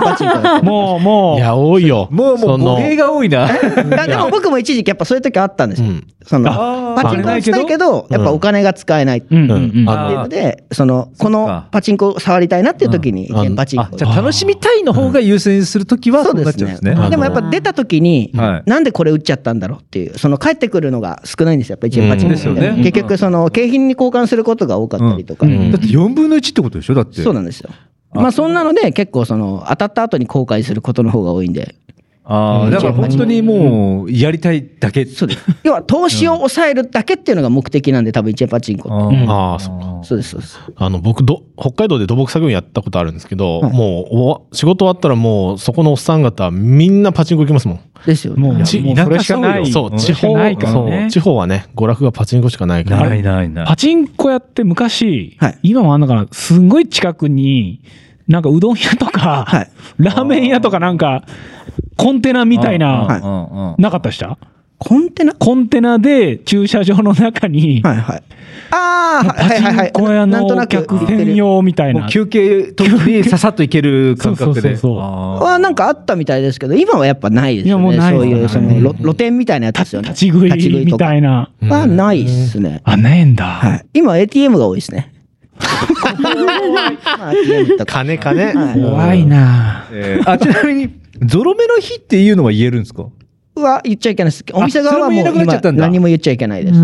S4: パチンコだと
S1: もう、も、、
S3: いうや、多いよ。
S11: もう、も、
S3: そうの
S11: 語弊が多いな。
S4: だでも僕も一時期やっぱそういう時あったんです
S3: う
S4: よ。
S3: ん。
S4: その
S11: あー
S4: パチンコ打ちたいけど、やっぱお金が使えないっていううん
S1: うん、うん。
S3: あ
S4: ので、その、こ
S11: そっ
S4: の
S11: か
S4: パチンコを触りたいなっていう時に、
S3: うん
S4: 一見パチン
S11: あ
S4: コ
S11: じゃあ楽しみたいの方が優先するときは、そうなっちゃうんですね。
S3: あの
S4: でもやっぱ出た時に、
S11: はい
S4: なんでこれ打っちゃったんだろうっていう、その帰ってくるのが少ないんですよ、やっぱり一円パチンコって
S11: うんですよね
S4: 結局、その景品に交換することが多かったりとか。
S1: うんうん
S11: だって4分の1ってことでしょだって。
S4: そうなんですよ。まあそんなので結構その当たった後に後悔することの方が多いんで。
S11: ああ、だから本当にもう、やりたいだけ。
S4: そうです。要は投資を抑えるだけっていうのが目的なんで多分一円パチンコって。
S11: あ
S1: うん
S11: ー
S3: ああ、そう。
S4: そうですそうです。
S3: あの、僕、ど、北海道で土木作業員やったことあるんですけど、
S4: はい
S3: もうおわ、仕事終わったらもう、そこのおっさん方、みんなパチンコ行きますもん。
S4: ですよね。
S1: もう、
S3: ち
S1: もうそれしかない。
S3: そうう、
S1: ん
S3: 地
S1: それしか
S3: 方、
S1: ないから
S3: そ
S1: ね
S3: う、地方はね、娯楽がパチンコしかないから。
S11: ないないない。
S1: パチンコ屋って昔、
S4: はい
S1: 今もあんのかな、すんごい近くに、なんかうどん屋とか、
S4: はい
S1: ラーメン屋とかなんか、コンテナみたいな、
S4: はい
S11: な
S1: なかったでした
S4: コンテナ
S1: コンテナで駐車場の中に、
S4: はいはい。ああ、
S1: パ
S4: はいはいは
S1: チ
S4: い
S1: ン。コ屋のお
S4: 言
S1: 客
S4: って
S1: 専
S4: る。
S1: 用みたい
S11: もう
S1: な。
S11: 休憩時にささっといける感覚
S1: そ
S11: で。
S1: うそうそうそう
S4: はなんかあったみたいですけど、今はやっぱないですよ
S1: いやもう
S4: ね。
S1: ない
S4: そうい
S1: な
S4: う
S1: い
S4: その露露店みたいなやつですよね。
S1: 立ち食いみたい
S4: な。
S1: な。
S4: はないですね。
S1: あ、ないんだ。
S4: はい。今 ATM が多いです ね。まあ ATM とか
S3: 金金。
S4: はい
S1: 怖いな
S11: えーあ、ちなみに、ゾロ目の日っていうのは言えるんですか
S4: は言っちゃいけないです。お店
S11: あそれ
S4: 側
S11: も
S4: はも
S11: 言えな
S4: う
S11: くなっちゃった
S4: 今
S11: んだ
S4: 何も言っちゃいけないです。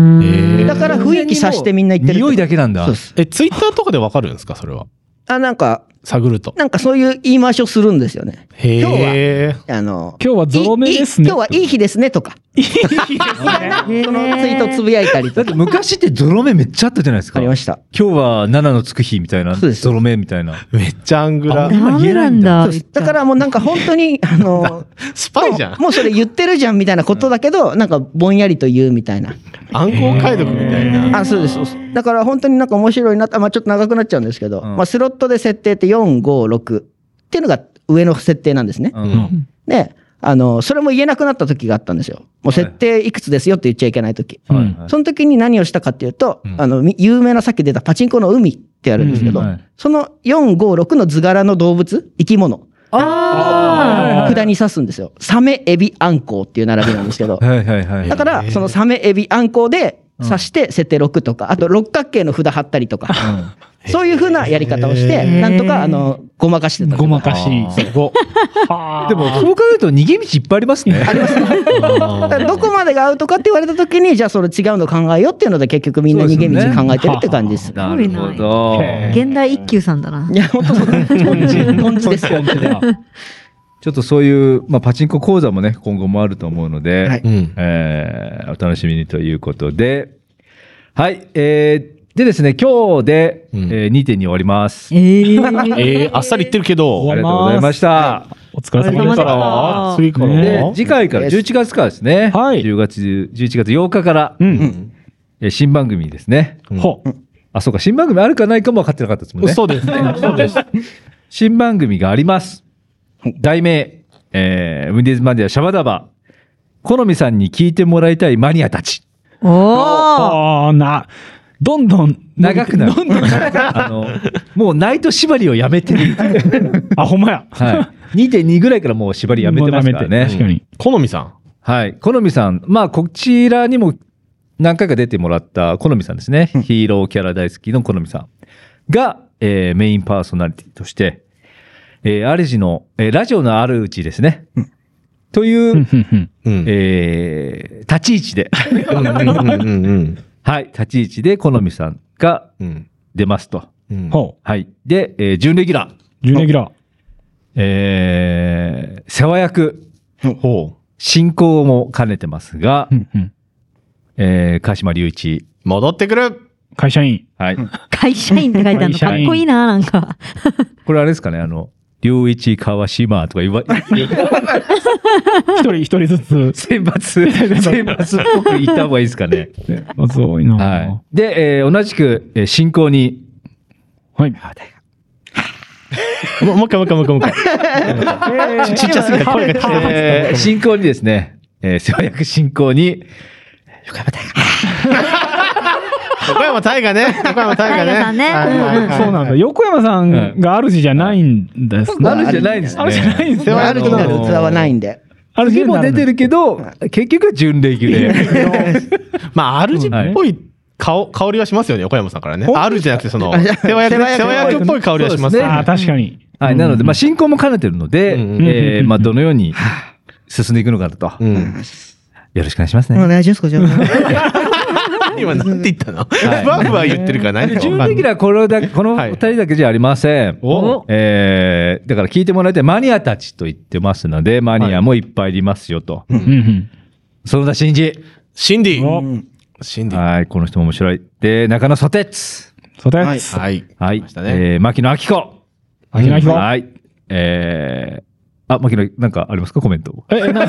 S3: え
S4: だから雰囲気さしてみんな言ってる。
S11: 匂いだけなんだ。
S4: そうです。
S3: え、ツイッターとかでわかるんですかそれは。
S4: あ、なんか、
S3: 探ると。
S4: なんかそういう言い回しをするんですよね。
S3: へえ。
S4: あの、
S1: 今日はゾロ目ですね。
S4: いい今日はいい日ですねとか。 いい日ですね。そのツイートをつぶやいたり
S11: だ
S4: と
S11: って
S4: か。
S11: 昔ってゾロ目めっちゃあったじゃないです
S4: あ
S11: か。
S4: り
S11: 今
S4: ま
S11: 日
S4: した。
S11: は7のつく日みたいな。
S4: そうです
S11: ゾロ目みたいな。
S3: めっちゃアングラ。
S11: 今言えないんだ
S4: そ
S2: ダ
S4: う
S2: メ
S4: ですだからもうなんか本当に、あの、
S3: スパイじゃ。
S4: もうんもうそれ言ってるじゃんみたいなことだけど、なんかぼんやりと言うみたいな。
S3: 暗号解読みたいな。
S4: あ、そうです、そうです。だから本当になんか面白いなって、まあちょっと長くなっちゃうんですけど、
S11: うん
S4: まあスロットで設定って4、5、6っていうのが上の設定なんですね。
S11: うん
S4: で、あの、それも言えなくなった時があったんですよ。もう設定いくつですよって言っちゃいけない時。
S1: うん
S11: はいはい
S4: その時に何をしたかっていうと、
S3: うん
S4: あの、み有名なさっき出たパチンコの海ってあるんですけど、
S11: うんはい
S4: その4、5、6の図柄の動物、生き物、
S11: あ
S4: 札に刺すんですよ。サメ、エビ、アンコウっていう並びなんですけど
S11: ー。はいはいはい。
S4: だから、そのサメ、エビ、アンコウで刺して、設定6とか、あと六角形の札貼ったりとか、そういうふうなやり方をして、なんとか、あの、ごまかしてた。
S1: ごまかし。
S3: すごっ。
S1: はあ
S11: でも、そう考えると逃げ道いっぱいありますね。あります
S4: だからどこまでが合うとかって言われた時に、じゃあそれ違うの考えようっていうので、結局みんな逃げ道考えてるって感じです。
S11: なるほど。
S2: 現代一休さんだな。
S4: いや、本当そうです。ポンチ、ポンチです よ。
S11: ちょっとそういう、まあ、パチンコ講座もね、今後もあると思うので、
S4: はい
S3: うん。
S11: えーお楽しみにということで、はい、えーでですね、今日で、
S3: うん
S11: えー2.2終わります。あ
S2: ええ。
S3: えー、あっさり言ってるけど。
S11: りがとうございました。
S1: お疲れ
S2: お疲れ
S1: 様
S2: 様
S1: で
S2: で
S1: し
S2: した
S1: た。
S3: あ次から
S1: ね
S11: で、次回から、
S4: です
S11: 11月からですね、
S1: はい
S11: 10月、11月8日から、
S1: うん。
S11: えー新番組ですね。
S1: ほう。
S11: あ、そうか、新番組あるかないかも分かってなかったですもんね。
S3: そうです。そうです。
S11: 新番組があります。題名、えーウィンディーズマニアシャバダバ、好みさんに聞いてもらいたいマニアたち。
S2: おお。
S1: ああ、な、どんどん
S11: 長くなる
S1: どんどん。
S11: あの、もうナイト縛りをやめてる。
S1: あ、ほんまや。
S11: はい。2.2ぐらいからもう縛りやめてますから
S1: もうやめて
S11: ね。
S1: 確かに。
S3: 好みさん。
S11: はい。好みさん。まあ、こちらにも何回か出てもらった好みさんですね。ヒーローキャラ大好きの好みさんが、えーメインパーソナリティとして、えー、主の、えーラジオのあるうちですね。というう、
S1: んうんうん
S3: うん。
S11: えー立ち位置で、
S3: うんうんうんうん
S11: はい、立ち位置で好みさんが
S3: うん。
S11: 出ますと。
S3: うん。
S1: ほ
S11: はい。で、えー準レギュラー。
S1: う。準レギュラー。
S11: えー、世話役、
S3: ほ
S11: 進行も兼ねてますが、
S1: うんうん
S11: えー、川島隆一。
S3: う。戻ってくる
S1: 会社員。
S11: はい。
S2: 会社員って書いてあるの
S1: 会社
S2: か
S1: 員
S2: っこいいな、なんか。
S11: これあれですかね、あの、隆一、川島とか言 わ、
S1: 一人一人ずつ。
S11: 選抜、選抜っぽく言った方がいいですかね。
S1: あ、すごいな。
S11: はい。で、えー、同じく、えー進行に、
S1: はい。
S3: ももう一回もう一回もう一 回もう一回ちちっちゃすぎたこれ。
S11: えー進行にですね、えー、世話役進行に、
S3: 横山大河ね。横山大河ね。
S2: 大河さんね
S3: はいはいはい
S1: そうなんだ。横山さんが主じゃないんですね。
S11: なるじゃないですね。
S1: 主じゃないんですよ。
S4: あるになる器はないんで。
S1: 主
S11: 次
S1: に
S11: も
S1: なる
S11: 出てるけど、結局は準レギ ュレー。
S3: まあ、RG っぽい顔、香りはしますよね、横山さんからね。RG じゃなくて、その、世話役、
S4: 世話役
S3: 世話役っぽい香りはしますね。
S1: ああ、確かに。
S11: はい、なので、まあ、進行も兼ねてるので、
S3: うん
S1: うん
S11: えーまあ、どのように進んでいくのかと、
S3: うん。
S11: よろしくお願いします
S4: お
S11: ね。
S4: 願いします、こちら。
S3: 今、なんて言ったの ふわふわ言ってるから、何か
S11: 準
S3: わかんない
S11: レギュラーはこれ だこの
S3: はい
S11: 2人だけじゃありません。
S3: お
S11: えーだから聞いてもらいたいマニアたちと言ってますので、マニアもいっぱいいますよと。
S1: うんうん。
S11: その他新人。
S3: シンデ
S1: お
S3: ィ。シンディ。
S11: はい、この人も面白い。で、中野ソテツ。
S1: そうで
S4: はい
S1: す。
S3: はい。
S11: は
S3: 来
S11: い。
S3: ましたね。
S11: えー牧野明子。
S1: 牧野明子
S11: はい。えー、あ、牧野、なんかありますかコメント。
S1: え、えな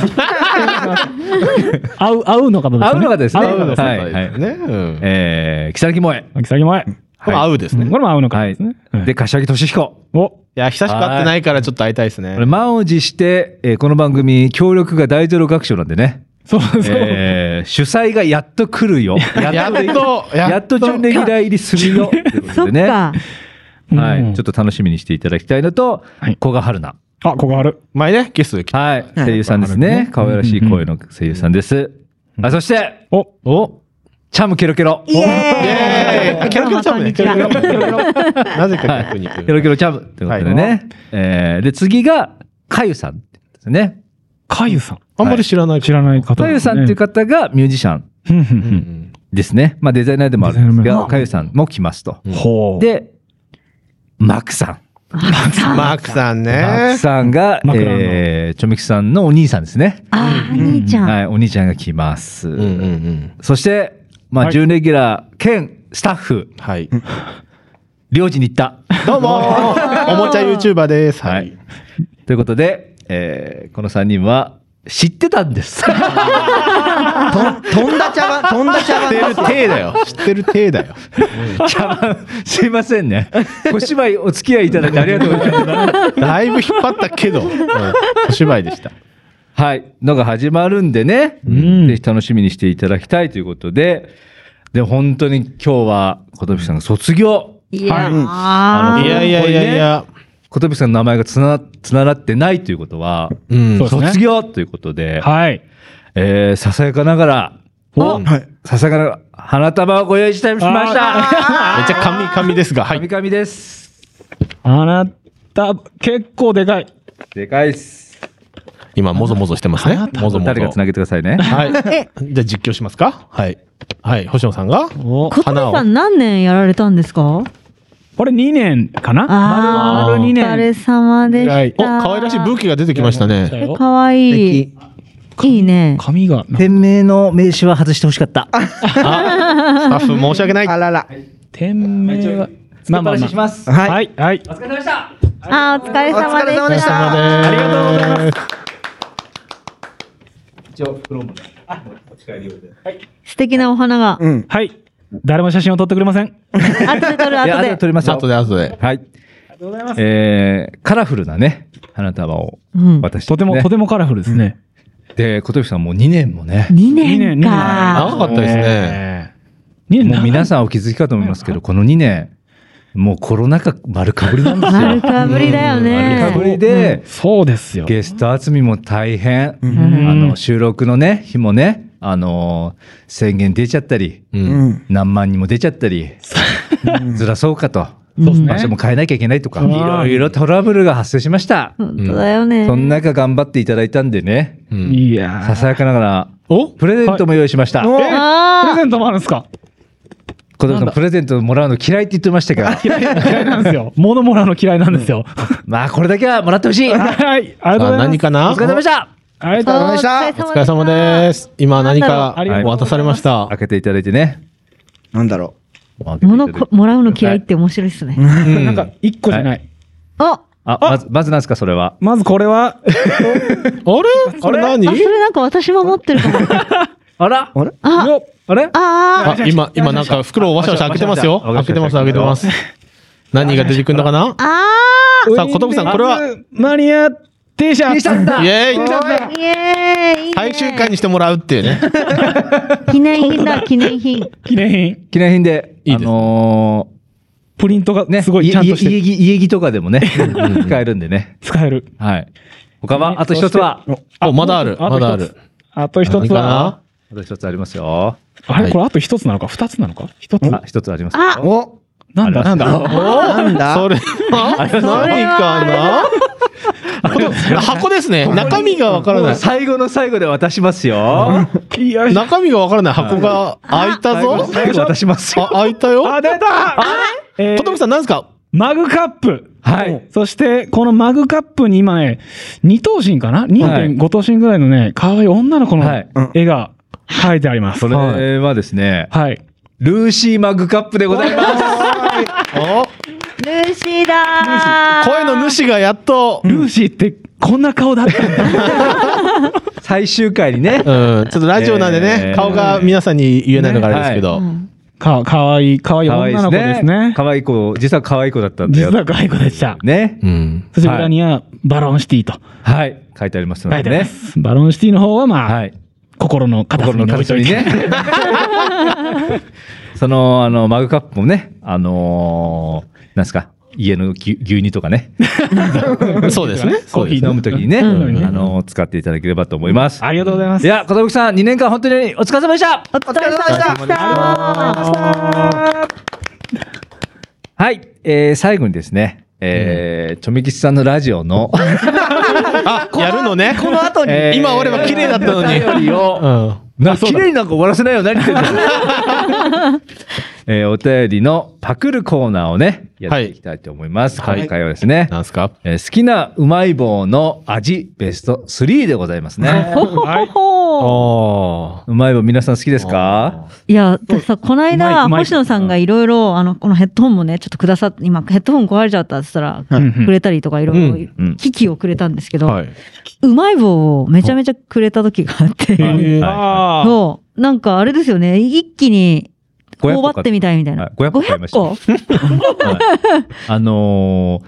S1: 合う、合うのかとですね。
S11: 合うのがですね。
S1: 合うの
S3: の
S1: が
S3: が
S11: は。
S3: はいい
S11: はい
S3: ねうん
S11: えー、木更木萌え。
S1: 秋先前。
S3: これ合うですね。
S1: これも合うのか
S11: は
S1: で
S11: い
S1: すね。。
S11: で、柏木俊彦。
S1: お、
S3: いや、久しく会ってないからちょっと会いたいですね
S11: これ。満を持して、えーこの番組、協力が大ゼロ学賞なんでね。
S1: そうそう。
S11: えー主催がやっと来るよ。
S3: やっ
S11: やっと、
S3: と、
S11: やっと準レギュラー入りする よ。ということ
S2: そっ
S11: でね。
S2: か。
S11: は
S1: うん
S11: い。ちょっと楽しみにしていただきたいのと
S1: はい、
S11: 古賀春菜。
S1: あ、ここある。
S3: 前ね、ゲストで来た。
S11: はい。声優さんですね。可愛らしい声の声優さんです。あ、そして、
S1: お、
S11: おチャムケロケロ。
S2: イエー
S3: あ
S2: イ
S3: キャロキャロチャムね。キャロキャロキャロキャロなぜか逆に行
S11: ケロ
S3: く。
S11: ケロチャムということで
S3: は
S11: ね。えーで、次が、かゆさんですね。
S1: かゆさん。
S3: あんまり知らない。
S1: 知らない方。
S11: かゆさんっていう
S1: か。
S11: 方がミュージシャン
S1: うんう
S3: うんん
S11: ですね。まあ、デザイナーでもあるんです
S1: デザイナー
S11: が、
S1: も
S11: かゆさんも来ますと。
S1: うん。ほう。、
S11: で、マクさん。
S3: マークさん
S11: マ
S3: ね
S11: ク。さんが、
S1: マクラーの
S11: えー、チョミキさんのお兄さんですね。
S2: ああ、兄ちゃん。
S11: はい、お兄ちゃんが来ます。
S3: うんうんうん。
S11: そして、ま
S1: は
S11: あ、
S1: い
S11: 準レギュラー兼スタッフ、
S3: はい。
S11: 領事に行った。
S3: どうもーおもちゃ YouTuber です。は
S11: はいい。。ということで、えーこの3人は知ってた んです。知っ
S4: とんだ茶碗、とんだ茶碗
S3: 知ってる体だよ。知ってる体だよ。
S11: すいませんね。お芝居お付き合いいただいてありがとうございます。
S3: だいぶ引っ張ったけど、うんお芝居でした。
S11: はい。のが始まるんでね、
S1: ん
S11: ぜひ楽しみにしていただきたいということで、で、本当に今日は、小飛さんが卒業。
S2: いやー
S11: あの
S3: いやいやいやいや。
S11: 小飛さんの名前がつな、つながってないということは、
S3: うん
S1: そうですね
S11: 卒業ということで、
S1: はい。
S11: えーささやかながら、
S1: お、
S11: ささやかながら、花束をご用意してしました。
S3: めっちゃ神々ですが、は
S11: 神
S3: い。
S11: 々です。
S1: あなた、結構でかい。
S11: でかいっす。
S3: 今、もぞもぞしてますね。もぞもぞ。
S11: 誰かつなげてくださいね。
S3: はい。じゃあ実況しますかはい。はい。星野さんが
S1: お、
S2: 小鳥
S3: 花を
S2: さん何年やられたんですか
S1: これ2年かな
S2: あ
S1: 丸
S2: ー
S1: 々2
S2: お疲れ
S1: 年。
S2: 様で
S3: お、
S2: した。
S3: 可愛らしいブーケが出てきましたね。
S2: えかわ
S4: 素
S2: いい。
S4: 敵
S2: いいね。
S1: 髪が、なんか
S11: 店名の名刺は外してほしかった。
S3: スタッフ申し訳ない。
S4: あらら。
S1: 店名は、まあまあまあ
S11: ます。
S4: はい。
S1: はい、はい。
S2: あー、お疲れ様で
S4: お疲れ様で
S2: し。
S4: した
S3: ありがとうございます。
S2: 素敵なお花が。
S4: うん。
S1: はい。誰も写真を撮ってくれません。
S2: 後で撮る、
S11: いや、
S2: 後
S11: 後で
S2: で。
S11: 撮りますよ。
S3: 後で後で。
S11: はい。えー、カラフルなね、花束を
S2: うん
S11: 渡して、
S1: とても、と
S11: も。
S1: てもカラフルですね。
S11: で、小鳥さんもう2年もね。
S2: 2
S1: 二
S2: 年
S1: 年
S2: か。
S3: 長かったですね。
S1: 2年
S11: もう
S1: 長い
S11: 皆さんお気づきかと思いますけど、この2年、もうコロナ禍丸かぶりなんですよ。
S2: 丸かぶりだよ
S11: 丸かぶ
S2: ね。
S11: りで、
S1: そうですよ。
S11: ゲスト集めも大変。
S1: ん
S11: あの、収録のね、日もね、あのー宣言出ちゃったり、
S3: う。
S4: うんん。
S11: 何万人も出ちゃったり、ずらそうかと。
S1: そうですね
S11: 場所も変えなきゃいけないとか、
S1: う
S11: い
S1: ん
S11: ろいろトラブルが発生しました。
S2: 本当だよね
S11: そ。んな中頑張っていただいたんでね、
S3: うん。
S1: いや
S11: さ
S1: ー
S11: さやかながら、
S3: お
S11: プレゼントも用意しました。
S1: おプレ
S2: あ
S1: ゼントもあるんですか
S11: 子供さんプレゼントもらうの嫌いって言ってましたけど、
S1: 嫌い嫌いなんですよ。物もらうの嫌いなんですよ。
S11: まあこれだけはもらってほしい。お疲れ
S1: はい。ありがとうございま
S3: さあ何
S1: す。
S3: かなお
S11: 様でした。
S1: ありがとうございます
S2: ー。
S4: でした
S3: お疲れ様です。今何か
S1: なんだろう
S3: お渡されました。
S11: 開けていただいてね。
S4: なんだろ
S2: 物こもらうの嫌いって面白いっすね。
S3: うん
S1: なんか1個じゃない。
S2: あ、
S11: あ、まず、まずなんすか、それは。
S1: まずこれは、
S3: あれあれ何
S2: あ、それなんか私も持ってるかも。
S11: あら
S4: あれ
S2: あ、
S1: よっ
S11: あれ
S2: あ
S3: あ、今、今なんか袋をわしゃわしゃ開けてますよ。
S11: わしゃわしゃ
S3: 開けてます、開けてます。何が出てくるのかな
S2: ー、あ
S3: さあ、ことぶさん、これは、
S1: マリア T シャツ。
S4: T シャツだ
S3: イエーイ
S2: イエーイ
S3: 最終回にしてもらうっていうね。
S2: 記念品だ、記念品。
S1: 記念品。
S11: 記念品で、
S3: いい
S11: あ
S3: ですね
S11: の
S1: プリントが
S11: ーね、
S1: すごいちゃんとし
S11: 家
S1: て
S11: 着、家着とかでもね、使えるんでね。
S1: 使える。
S11: はい。他は、あと一つは、
S3: お、まだある。
S1: あ
S3: まだある。。
S1: あと一つは、
S11: あと一つありますよ。
S1: あ
S3: は
S1: れ
S3: い
S1: これあと一つなのか二つなのか一つ
S11: あ、一つありますよ。
S4: お
S1: なんだなんだ
S4: なんだ
S3: それは何かな箱ですね。中身がわからない。
S11: 最後の最後で渡しますよ。
S1: いや、
S3: 中身がわからない箱が開いた
S11: 最後の
S3: ぞ。
S11: 最後渡します
S3: あ
S11: よ。、
S3: 開いたよ。
S1: あ、出たえー
S3: ととむさん、何ですか
S1: マグカップ。
S11: はい。
S1: そして、このマグカップに今ね、二等身かな ?2.5 等身ぐらいのね、可愛い女の子の
S11: はい
S1: 絵が描いてあります。
S11: それはですね、
S1: はい。
S11: ルーシーマグカップでござい ます。
S3: お
S2: ルーシーだー
S3: 声の主がやっと、
S1: ルーシーってこんな顔だったんだ。
S11: 最終回にね
S3: う、ん、ちょっとラジオなんで
S11: え
S3: ね、
S11: ー
S3: 顔が皆さんに言えないのがあれですけど。
S1: か、可愛い可愛い
S11: 可愛
S1: 女
S11: いです
S1: の子です
S11: ね
S1: ね。。
S11: 可愛い子、実は可愛い子だったんだよ
S1: 実。は可愛い子でした。
S11: ね。
S3: うん。
S1: そして裏にはバロンシティと
S11: はい。書いてあります
S1: 書
S11: の
S1: いて
S11: で
S1: ありま
S11: ね。
S1: す。バロンシティの方はまあ、
S11: はい。
S1: 心の片
S11: 心
S1: 隅
S11: の
S1: に置い
S11: 形
S1: とい
S11: に
S1: て。
S11: ね。 その、あの、マグカップもね、あのー、なんですか、家の牛牛乳とか ね、
S3: そうですね。
S1: コーヒー
S11: 飲むときにね、
S1: うんうん
S11: あのー、使っていただければと思いま す。
S1: ありがとうございま
S11: い
S1: す。
S11: や、片岡さん、2年間本当にお疲れ様でした
S4: お疲れ様でした
S11: はい、えー、最後にですね、えー、ちょみきちさんのラジオの、
S3: あ、やるのね。
S4: この後に
S11: えー
S3: 今俺は綺麗だったのに
S11: お便りを
S3: うん。
S11: な綺麗になんか終わらせないよ、何言ってんの えー、お便りのパクるコーナーをね、やっていきたいと思います。
S3: はい
S11: 今回はですね、
S3: 何ですか
S11: えー好きなうまい棒の味ベスト3でございますね。
S3: おー。
S11: うまい棒皆さん好きですか
S2: いや、私さ、この間、
S1: うまいうまい
S2: 星野さんがいろいろ、あの、このヘッドホンもね、ちょっとくださって、今、ヘッドホン壊れちゃったって言ったら、
S1: うんうん
S2: くれたりとかいろいろ
S11: うんうん、
S2: 機器をくれたんですけど、
S3: はい。
S2: うまい棒をめちゃめちゃくれた時があって、
S1: えー
S11: は
S1: あー
S2: そう、なんかあれですよね、一気に、
S11: 500
S2: 頬張ってみたいみたいな。
S11: はい500個買いました
S2: 500
S11: はいあの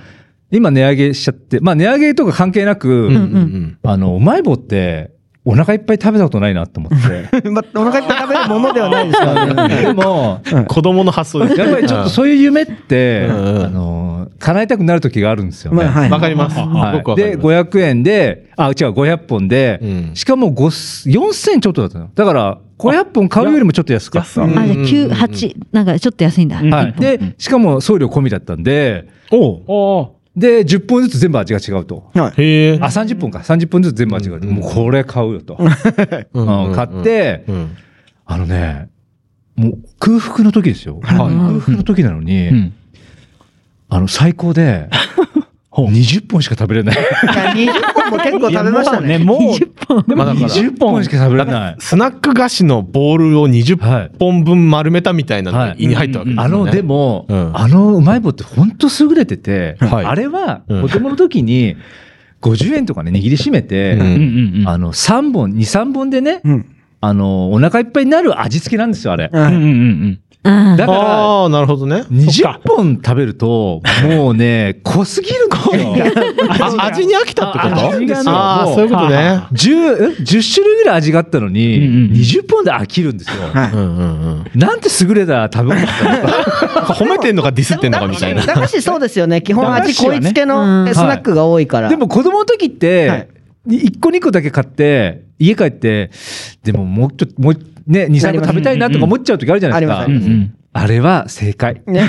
S11: ー今値上げしちゃって、まあ値上げとか関係なく、
S2: んうん
S3: ん。
S11: あの、うまい棒って、お腹いっぱい食べたことないなと思って。
S4: まお腹いっぱい食べるものではないですからね
S11: でも、
S3: 子供の発想です。
S11: やっぱりちょっとそういう夢って、
S3: うんうん
S11: あのー、叶えたくなる時があるんですよね。
S4: まあはい
S3: わかります。す
S11: はい
S3: ごくわかり
S11: で、
S3: ます。
S11: 500円で、あ、違う、500本で、
S3: うん
S11: しかも5 4000ちょっとだったの。だから、500本買うよりもちょっと安かった。
S3: あ安
S2: あ、じゃあ
S3: うん
S2: 9、8、なんかちょっと安いんだ。
S11: はい。で、しかも送料込みだったんで、
S1: おー
S11: で、10本ずつ全部味が違うと。
S3: へえ
S11: あ、。30本か。30本ずつ全部味が違う。もうこれ買うよと。うん買っ、て、
S3: うん。
S11: あのね、もう空腹の時ですよ。空腹の時なのに、
S1: うん
S11: あの、最 高で、20本しか食べれない。
S4: 20本も結構食べましたね。
S1: もうね、もう、でも
S3: まあだから
S1: 20
S11: 20本
S1: 本
S11: しか食べれない。
S3: スナック菓子のボールを
S11: は
S3: 20
S11: い
S3: 本分丸めたみたいなの
S11: は
S3: が
S11: い
S3: 胃に入ったわけです
S11: あ
S3: よね
S11: の、で、も、
S3: うん
S11: あのうまい棒って本当優れてて、
S3: はい
S11: あれは
S3: うん
S11: 子供の時に50円とかね、握りしめて、
S3: う
S1: うん
S3: ん
S1: うんうん。
S11: あの、3本、2、3本でね、
S4: うん
S11: あの、お腹いっぱいになる味付けなんですよ、あれ。
S1: う
S4: は
S1: んうん
S4: い
S1: うん
S2: うん
S11: だから、
S3: ああ、なるほどね。
S11: 20本食べると、もうね、濃すぎるんですよ。
S3: あ味に飽きたってこと
S11: あ味がね
S3: ああ、
S11: もう
S3: そういうことね。
S11: 10, 10種類ぐらい味があったのに、
S1: うんうん
S11: 20本で飽きるんですよ。
S4: はい
S3: うんうんうん。
S11: なんて優れた食べ物だったのか。
S3: なんか褒めてんのかディスってんのかみたいな。
S4: 駄菓子そうですよね。基本味
S1: 駄菓子
S4: 濃
S1: はいね
S4: つけ
S2: う
S4: の
S2: ん
S4: えスナックが多いから。
S11: でも子供の時って、
S4: はい
S11: 1個2個だけ買って、家帰って、でももうちょっと、もうね、2、3個食べたいなとか思っちゃう時あるじゃないですか。
S4: あ
S1: う
S4: り
S1: ん。う
S4: ま
S1: んうん。
S11: あれは正解。
S4: ね、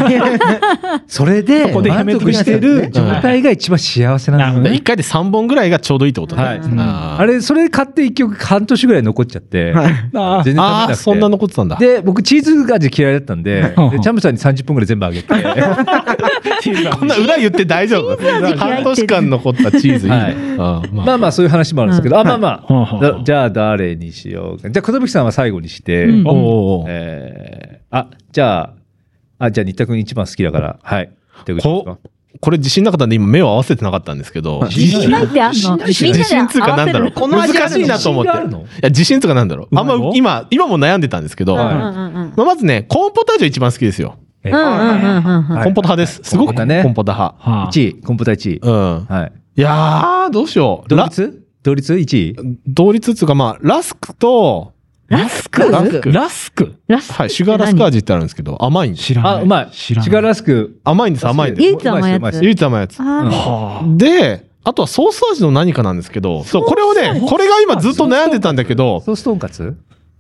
S11: それで、
S1: こでや
S11: 満
S1: めとく
S11: 足してる状態が一番幸せなんですよね。
S3: 一回で3本ぐらいがちょうどいいってことね。
S11: はい
S3: あ
S11: あれ、それ買って1曲半年ぐらい残っちゃって、
S4: はい
S1: あー
S11: 全然食べな
S3: あ
S11: く
S3: ー、
S11: て。
S3: そんな残ってたんだ。
S11: で、僕、チーズ味嫌いだったんで、でチャムさんに30分ぐらい全部あげて、は
S3: こんな裏言って大丈夫半年間残ったチーズいいね。
S11: い。
S3: あーまあ
S11: まあまあ、そういう話もあるんですけど、あ、まあま
S1: はあはあ
S11: あ、だじゃあ誰にしようか。じゃあ、寿さんは最後にして、
S2: うん
S3: おー
S11: えーあ、じゃあ、あ、じゃあ、新田君一番好きだから、はい。手口ですか
S3: ここれ自信なかったんで今目を合わせてなかったんですけど。
S11: 自信
S2: ないってあんのみんな
S3: 自
S2: で合
S3: 信
S2: わ
S3: つうかなんだろう。
S4: この味ある
S3: 難しいなと思って。い
S11: 自信があるの
S3: や、自信つうかなんだろう。あんま
S1: うまい棒
S3: 今、今も悩んでたんですけど、
S11: はい
S3: まあまずね、コーンポタージュ一番好きですよ。
S11: えええ
S3: コンポタ派です。すごくコン
S11: ね
S3: ポタ派。
S1: はあ
S11: 1位、コンポタ1位。
S3: うん。
S11: はい。
S3: いやー、どうしよう。
S11: 同
S3: ラ
S11: 率同率1位
S3: 同率っていうか、まあ、ラスクと、
S1: ラスク
S3: ラスク
S1: ラスク
S2: ラス
S3: はい、シュガーラスク味ってあるんですけど、甘いんです。
S1: 知らない。
S11: あ、うまい。
S1: 知らない。
S11: シガラスク。
S3: 甘いんです、甘いんです。
S2: 唯一甘いやつ
S11: うまですうま
S3: 唯一甘いやつ。
S8: あー
S1: はあ
S3: で、あとはソース味の何かなんですけど、そう、これをね、これが今ずっと悩んでたんだけ
S11: です
S3: ど、
S11: ソーストンカツ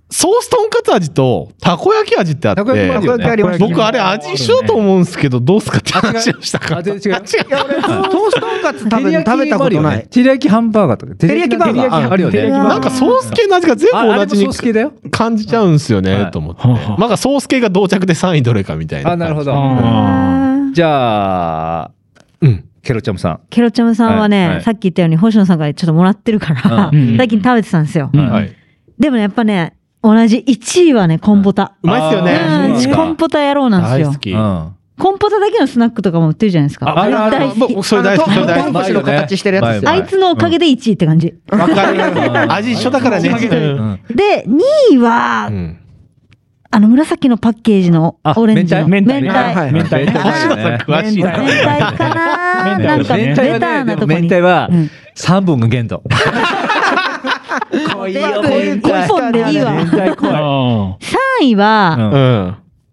S3: ソースとんかつ味とたこ焼き味ってあった
S11: こ焼きもある
S3: て、
S11: よね。
S3: 僕あれ味一緒だと思うんですけど、どうすかって話をしたから。
S11: あ、全然違う。
S4: いや、俺、トーストとんかつ多分
S11: 照り焼き
S4: 食べたこと
S11: もあ
S4: な
S11: るよね
S4: い。
S11: 照り焼きハンバーガーとか。照
S4: り焼きバーガー
S11: あるよ
S4: 照り
S11: ね。
S4: 焼きバーガー
S3: なんかソース系の味が全
S11: あ
S3: 部
S11: あ
S3: 同
S11: れも
S3: じ
S11: ソ
S3: に
S11: ース系だよ。
S3: 感じちゃうんですよね、と思って。
S1: はあはあ
S3: なんかソース系が同着で3位どれかみたいな。
S11: あ、なるほど。
S1: あ
S11: じゃあ、
S3: うん。
S11: ケロちゃムさん。
S2: ケロチャムさんはね、
S11: はいはい
S2: さっき言ったように星野さんからちょっともらってるから、
S11: うん
S2: 最近食べてたんですよ、
S1: ーうん
S3: はい。
S2: でもねやっぱね同じ1位はねコンポタ、
S3: うまいっすよ
S11: う
S3: ね
S11: んあー
S2: う。ん
S11: そうか
S2: コンポタ野郎なんで
S3: 大
S2: す
S3: 好
S2: よ
S3: き。
S11: うん。
S2: コンポタだけのスナックとかも売ってるじゃないですか
S11: ああるある
S2: 大好き
S3: 僕、それ大好き、それ大
S4: トウモ
S3: 好
S4: ロコシの形してるやつですよ
S2: あいつのおかげで1位って感じ、
S3: き。わかる。味一緒だからね。
S11: うん
S2: で2位は、
S3: うん
S2: あの紫のパッケージの
S11: あ
S2: オレンジの
S1: 明太ね
S2: 明太
S4: はいはい
S1: 明太
S11: 明太
S3: 星野さん詳しい
S2: 明
S3: な。
S2: 太かな
S1: 明太
S2: なんかベ
S11: 明太はね
S2: ターなとこに
S11: 明太は
S2: うん
S11: 3本が限度。
S4: こう
S2: 根本でいいわ
S11: 明太濃い。
S1: あ
S2: 3位
S11: う
S2: は、
S11: ん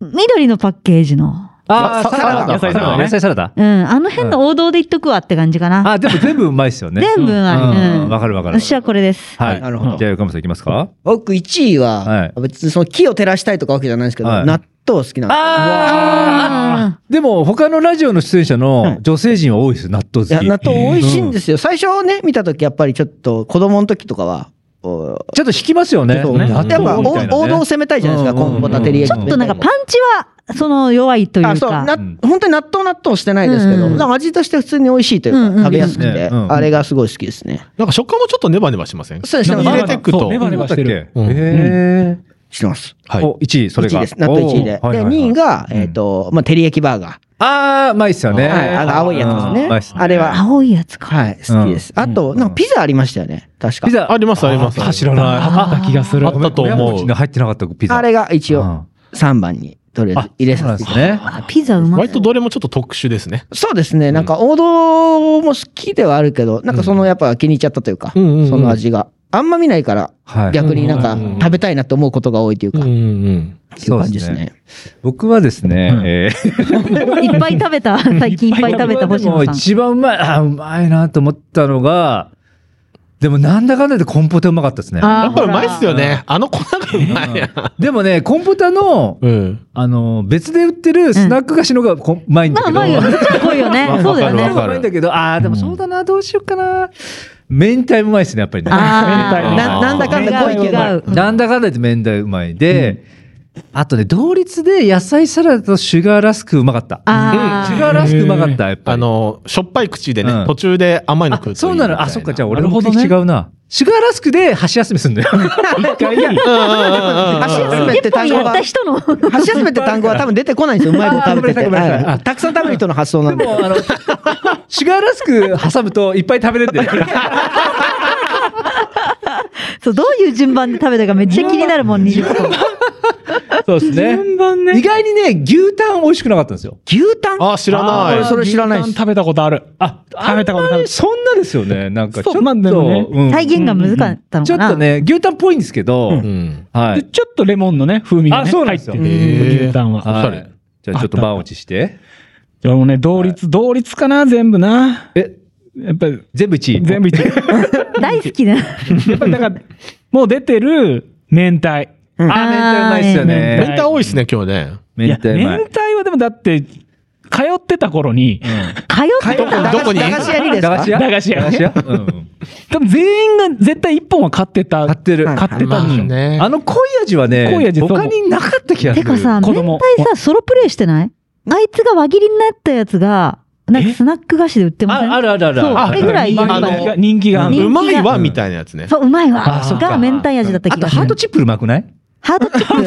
S3: うん。
S2: 緑のパッケージの
S11: あー、
S3: さ
S11: サラダ。
S1: 野菜サラダね
S11: 野菜サラダ。
S2: うんあの辺の王道で言っとくわって感じかな、
S11: あ、でも全部うまいっすよね。
S2: 全部うまい
S11: うん
S2: うん
S11: わかるわかる。
S2: 私はこれです
S11: はい。
S4: なるほど
S11: じゃあ、横山さんいきますか。
S4: 僕1位
S11: は、
S4: はい別にその木を照らしたいとかわけじゃないんですけど、
S11: はい
S4: 納豆好きなんですよ
S11: あーでも、他のラジオの出演者の女性陣は多いですよ、納豆
S4: いや、納
S11: 好き。
S4: 豆美味しいんですよ。最初ね、見た時やっぱりちょっと子供の時とかは、お
S11: ちょっと引きますよね。
S4: そう
S11: ね
S4: やっぱ
S11: 納豆みたいなね
S4: 王王道を攻めたいじゃないですか、
S11: うんうんうん
S4: コンポタテリヤ
S2: ち
S4: キ
S2: ょっとなんか
S4: 明
S2: パンチはその弱いという
S4: 太
S2: か
S4: あ、そう、な、
S11: うん
S4: 本当に納豆納豆してないですけど、
S2: うんうん
S4: なんか味として普通に美味しいという
S2: うんうんう
S4: か、
S2: ん
S4: 食べやすくて、
S11: うんうん
S4: あれがすごい好きですね。
S3: なんか食感もちょっとネバネバしません
S4: そうです
S1: なん
S4: ね、
S1: か
S4: 入
S3: 入
S4: れて
S3: れてく
S1: そ
S3: と
S1: うネ。バネバしてる
S11: うん
S3: うん
S11: へー
S4: してます。
S3: はい
S11: お、1位、それ
S4: 1位
S11: が。
S4: です。納豆1位で。で、
S11: おーはいはいはい
S4: 2位が、えっと、まあ、テリヤキバーガー。
S11: あー、うまいっすよね。
S4: はい、あの青いやつです
S11: う
S4: ね。
S11: まいっすね
S4: あれは、
S2: 青いやつか
S4: はい、好きです。あと、なんかピザありましたよね、確か。
S11: ピザ、
S3: ありますあります
S11: ー知らない。
S1: あった気がする。
S3: あったと
S11: 親
S3: 思
S11: 子
S3: う
S11: の。入ってなかったピザ。
S4: あれが一
S11: う
S4: 応
S11: ん
S4: 3番に、とりあえず入れさせていただきます。
S11: あそうなんですね
S2: あピザうまい
S3: 割とどれもちょっと特殊ですね。
S4: そうですね。なんか王道も好きではあるけど、なんかそのやっぱ気に入っちゃったというか、
S3: うんうんうん
S4: その味が。あんま見ないから、
S11: はい
S4: 逆になんか
S3: うんうんうん
S4: 食べたいなと思うことが多いというか、って
S3: ん
S4: いう感じですね。
S11: 僕はですね
S1: う、ん
S11: えー
S2: いっぱい食べた最近いっぱい食べた星
S11: 僕は
S2: 野
S11: で
S2: さ
S11: も
S2: ん
S11: 一番うまい、あーうまいなと思ったのが、でもなんだかんだでコンポタうまかったですね。
S2: あ
S3: や
S2: ー
S3: っぱうまいっすよ
S11: ほ
S3: ね
S11: ら。
S3: あの粉がうまいや。
S11: でもね、コンポタの、
S3: うん。
S11: あの、別で売ってるスナック菓子のがこうまいんだ
S2: まあ
S11: け
S2: ま
S11: ど。
S2: あよねそっちは濃いよね
S3: わかる
S2: そうだ
S3: わ
S2: よね
S3: かる
S11: うまいんだけど、ああ、でもそうだな、どうしようかな。明太もうまいですね、やっぱりね。
S2: あ
S3: うん
S4: ななんだかんだ濃いけど、
S2: 違う違う
S11: なんだかんだ言って明太うまいで、あとね、同率で野菜サラダとシュガーラスクうまかった。
S2: あ
S11: シュ
S2: ー
S11: ガーラスクうまかった、やっぱり。
S3: あの、しょっぱい口で
S11: う
S3: ね
S11: ん、
S3: 途中で甘いの
S11: あ
S3: 食うと
S11: そうなのあ、そっか、じゃあ俺の目
S1: なる
S11: 的
S1: ほど
S11: 違
S1: ね
S11: うな。シュガーラスクで箸休めすんだよ。一回
S4: 箸
S3: あ。
S4: 休めって
S2: 一
S4: 単
S2: 本
S4: 語
S2: やっ
S4: が
S2: た、人の
S4: 箸休めって単語は多分出てこないんですよ、うまいこと食べて
S11: あ
S4: て。
S11: ごめんなさいごめんなさい
S4: は
S11: あ
S4: いたくさん食べる人の発想なん
S11: で
S4: で。
S11: も、あの、シュガーラスク挟むといっぱい食べれるんだよ。
S2: そうどういう順番で食べたかめっちゃ気になるもん20個
S11: そうですね。意外にね、牛タン美味しくなかったんですよ。
S4: 牛タン
S3: あ、知らな
S4: あ
S3: い
S4: ー。それ知らないです
S1: 牛タン食べたことある。
S11: あ、
S1: 食べたこと
S11: あんま
S1: 食べ
S11: りそんなですよね。なんかちょ
S1: そ
S11: っと、
S1: うまあでもね
S11: うん
S2: 再現が難かったの
S11: ちょ
S2: か
S11: っ
S2: な
S11: とね、牛タンっぽいんですけど、
S3: うん。
S11: は
S1: で、
S11: い。
S1: ちょっとレモンのね、風味がね、
S11: あそうなんですよ
S1: 入って
S3: へー
S1: る牛タンは。
S3: あ
S11: は
S3: おしゃ
S11: い
S3: れ
S11: じゃあちょっと番落ちして。
S1: でもね、同率、同率かな、全部な。
S11: え、
S1: やっぱり、
S11: 全部1位。
S1: 全部一位。
S2: 大好きな
S1: やっぱりだから、もう出てる明太。
S11: あー、明太うまいっすよね。
S3: 明太多いっすね、今日ね。
S1: い
S11: 明
S1: や、
S11: 太うま
S1: 明
S11: い。
S1: 太はでもだって、通ってた頃に、
S2: 通ってた
S3: どこに
S4: 駄菓子屋にです
S11: 駄菓
S4: か
S11: 子屋
S1: 駄菓子屋
S11: 駄菓子屋うん。
S1: 多分全員が絶対一本は買ってた。
S11: 買ってる。
S4: はい
S1: 買ってたん
S3: ま
S1: で
S3: あ
S1: すよ。
S3: ね
S11: あの濃い味はね、
S1: 濃い味そう
S11: 他になかった気がす
S2: て
S11: る。
S2: かさ
S1: 子
S2: 明
S1: 供
S2: 太さソロプレイしてないあいつが輪切りになったやつがなんかスナック菓子で売ってません
S11: ああるあるある
S2: そう
S11: あ
S2: あれぐらい
S1: 人
S2: や
S1: 気が
S2: っぱ
S3: あの
S2: ね
S1: 人気がある
S2: 人気
S3: うまいわ、みたいなやつね。
S2: そううまいわ
S11: あそっか
S2: が明太味だった
S11: あ
S2: 気
S11: と
S2: がす
S11: ハート
S2: る
S11: チップうまくない
S2: ハートチップ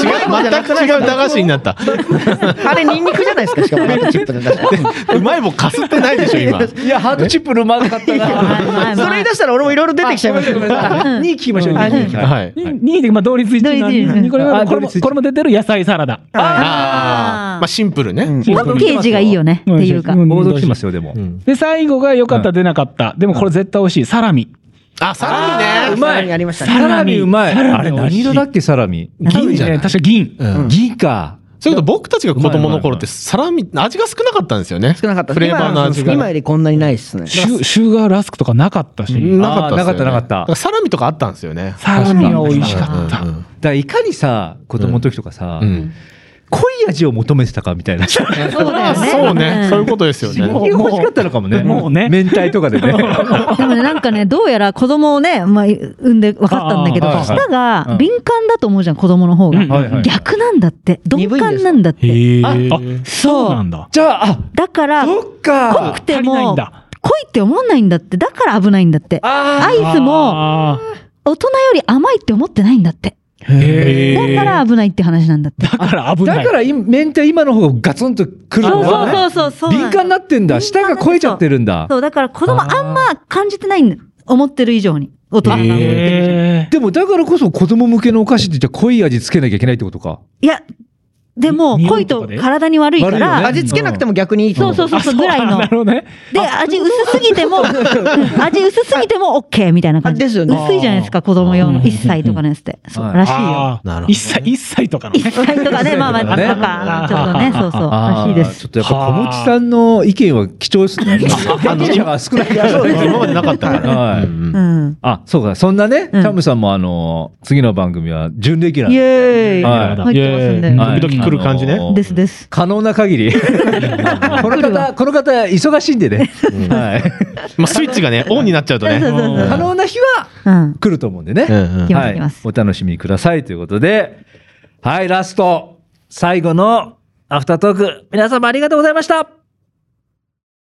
S3: 違う、全く違う駄菓子になった。
S4: あれ、ニンニクじゃないですか、しかも。チップで確かに
S3: うまいもんかすってないでしょ、今。
S11: いや、ハートチップルうまかったな。
S4: それ言い出したら俺もいろいろ出てきちゃいましたけど。
S11: 2位聞きましょう、2位聞きましょう。
S3: はい。
S1: 2位で、まあ同率1位なん
S2: 同率一位
S1: で、これ
S11: あ
S1: は、こ
S11: 同
S1: れも、
S11: 率一位
S1: これも出てる野菜サラダ。
S3: あまあシンプルね。
S2: ホームページがいいよね。っていうか。
S11: ボード来てますよ、でも。
S1: で、最後が良かった、出なかった。でもこれ絶対美味しい。サラミ。
S3: あ、サラミね。
S4: まい。ありましたね。
S11: サラミうまい。
S1: サラミ
S11: あれ何色だっけ、サラミ。
S1: 銀じゃない確か銀。
S3: うん
S11: 銀か。
S3: そういうこと僕たちが子供の頃ってサラミ、味が少なかったんですよね。
S4: 少なかった
S3: フレーバーの味が。
S4: 今よりこんなにないですね。
S1: シュシュガーラスクとかなかったし。
S3: なかったですよね
S11: あーなかったなかった
S3: だらサラミとかあったんですよね。
S1: サラミは美味しかった。
S3: うん
S11: だからいかにさ、子供の時とかさ
S3: う、ん
S11: 濃い味を求めてたかみたいな。
S3: そう
S2: だよね
S3: そうね。そういうことですよね。
S11: 刺激 が欲しかったのかもね。
S1: もうね
S11: 明太とかでね。
S2: でもね、なんかね、どうやら子供をね、まあ、産んで分かったんだけど
S11: あーは、いはい
S2: 舌
S11: う
S2: が
S11: ん
S2: 敏感だと思うじゃん、子供の方が
S1: うん
S11: はいはい。
S2: 逆なんだって。鈍感なんだって。
S1: へえ。あ
S3: ー、
S1: そうなんだ。
S11: じゃあ、あ、
S2: だから、濃
S11: そっか。
S2: くて
S1: 足りないん
S2: も、
S1: だ
S2: 濃いって思わないんだって。だから危ないんだって。ア
S11: あ
S2: イスも、
S1: あ
S2: 大人より甘いって思ってないんだって。
S1: ーへ
S2: だ
S1: え。
S2: から危ないって話なんだって。
S1: だから危
S11: ー
S1: ない。
S11: だから今明太今の方がガツンとくるんだね。
S2: うそうそ
S11: 敏感になってんだ。舌が超えちゃってるんだ。
S2: そう、だから子供あんま感じてないんだ。思ってる以上に。大人が思ってる以上に。
S1: へえ。
S11: でもだからこそ子供向けのお菓子って言ったら濃い味つけなきゃいけないってことか。
S2: いや、でも、
S1: に
S2: 濃いと体に悪いか
S11: 悪いよね
S2: ら、
S4: 味付けなくても逆にいいと
S2: そう
S4: 思
S2: そうそうそう、
S1: あ
S2: ぐらいの
S1: な。るほどね。
S2: で、味薄すぎても、うん味薄すぎても OK みたいな感じ。
S4: あですよね
S2: 薄いじゃないですか、子供用の1歳とかのやつって。そう、らしいよ。
S1: ああ、一歳、一歳とかのね
S2: 1。歳とかね、まあまあ、
S11: ね
S2: とか、ちょっとね、そうそう、ら
S11: あ
S2: し
S11: ー
S2: いです
S11: ち。ょっとやっぱ小持さんの意見は貴重ですね。意見が少ないから。
S3: そうです今までなかったから。
S11: はい
S3: うん
S2: う
S3: うん
S2: ん。
S11: あ、そうか。そんなね、チ
S2: うん
S11: ャムさんもあの、次の番組は準レギュラー
S2: イ
S11: で。
S2: エーイ
S11: はい
S2: 入ってますんで。
S11: は
S3: 時々来る感じね
S11: あのー
S2: ですです。
S11: 可能な限り。この
S2: 来るわ
S11: 方、この方、忙しいん でね。はい。
S3: まあスイッチがね、オンになっちゃうとね。
S2: そうそうそう
S11: 可能な日は
S2: うん。
S11: 来ると思うんでね。
S3: うんうん
S2: 来ます来ます
S11: お楽しみくださいということで、はい、ラスト、最後のアフタートーク、皆様ありがとうございました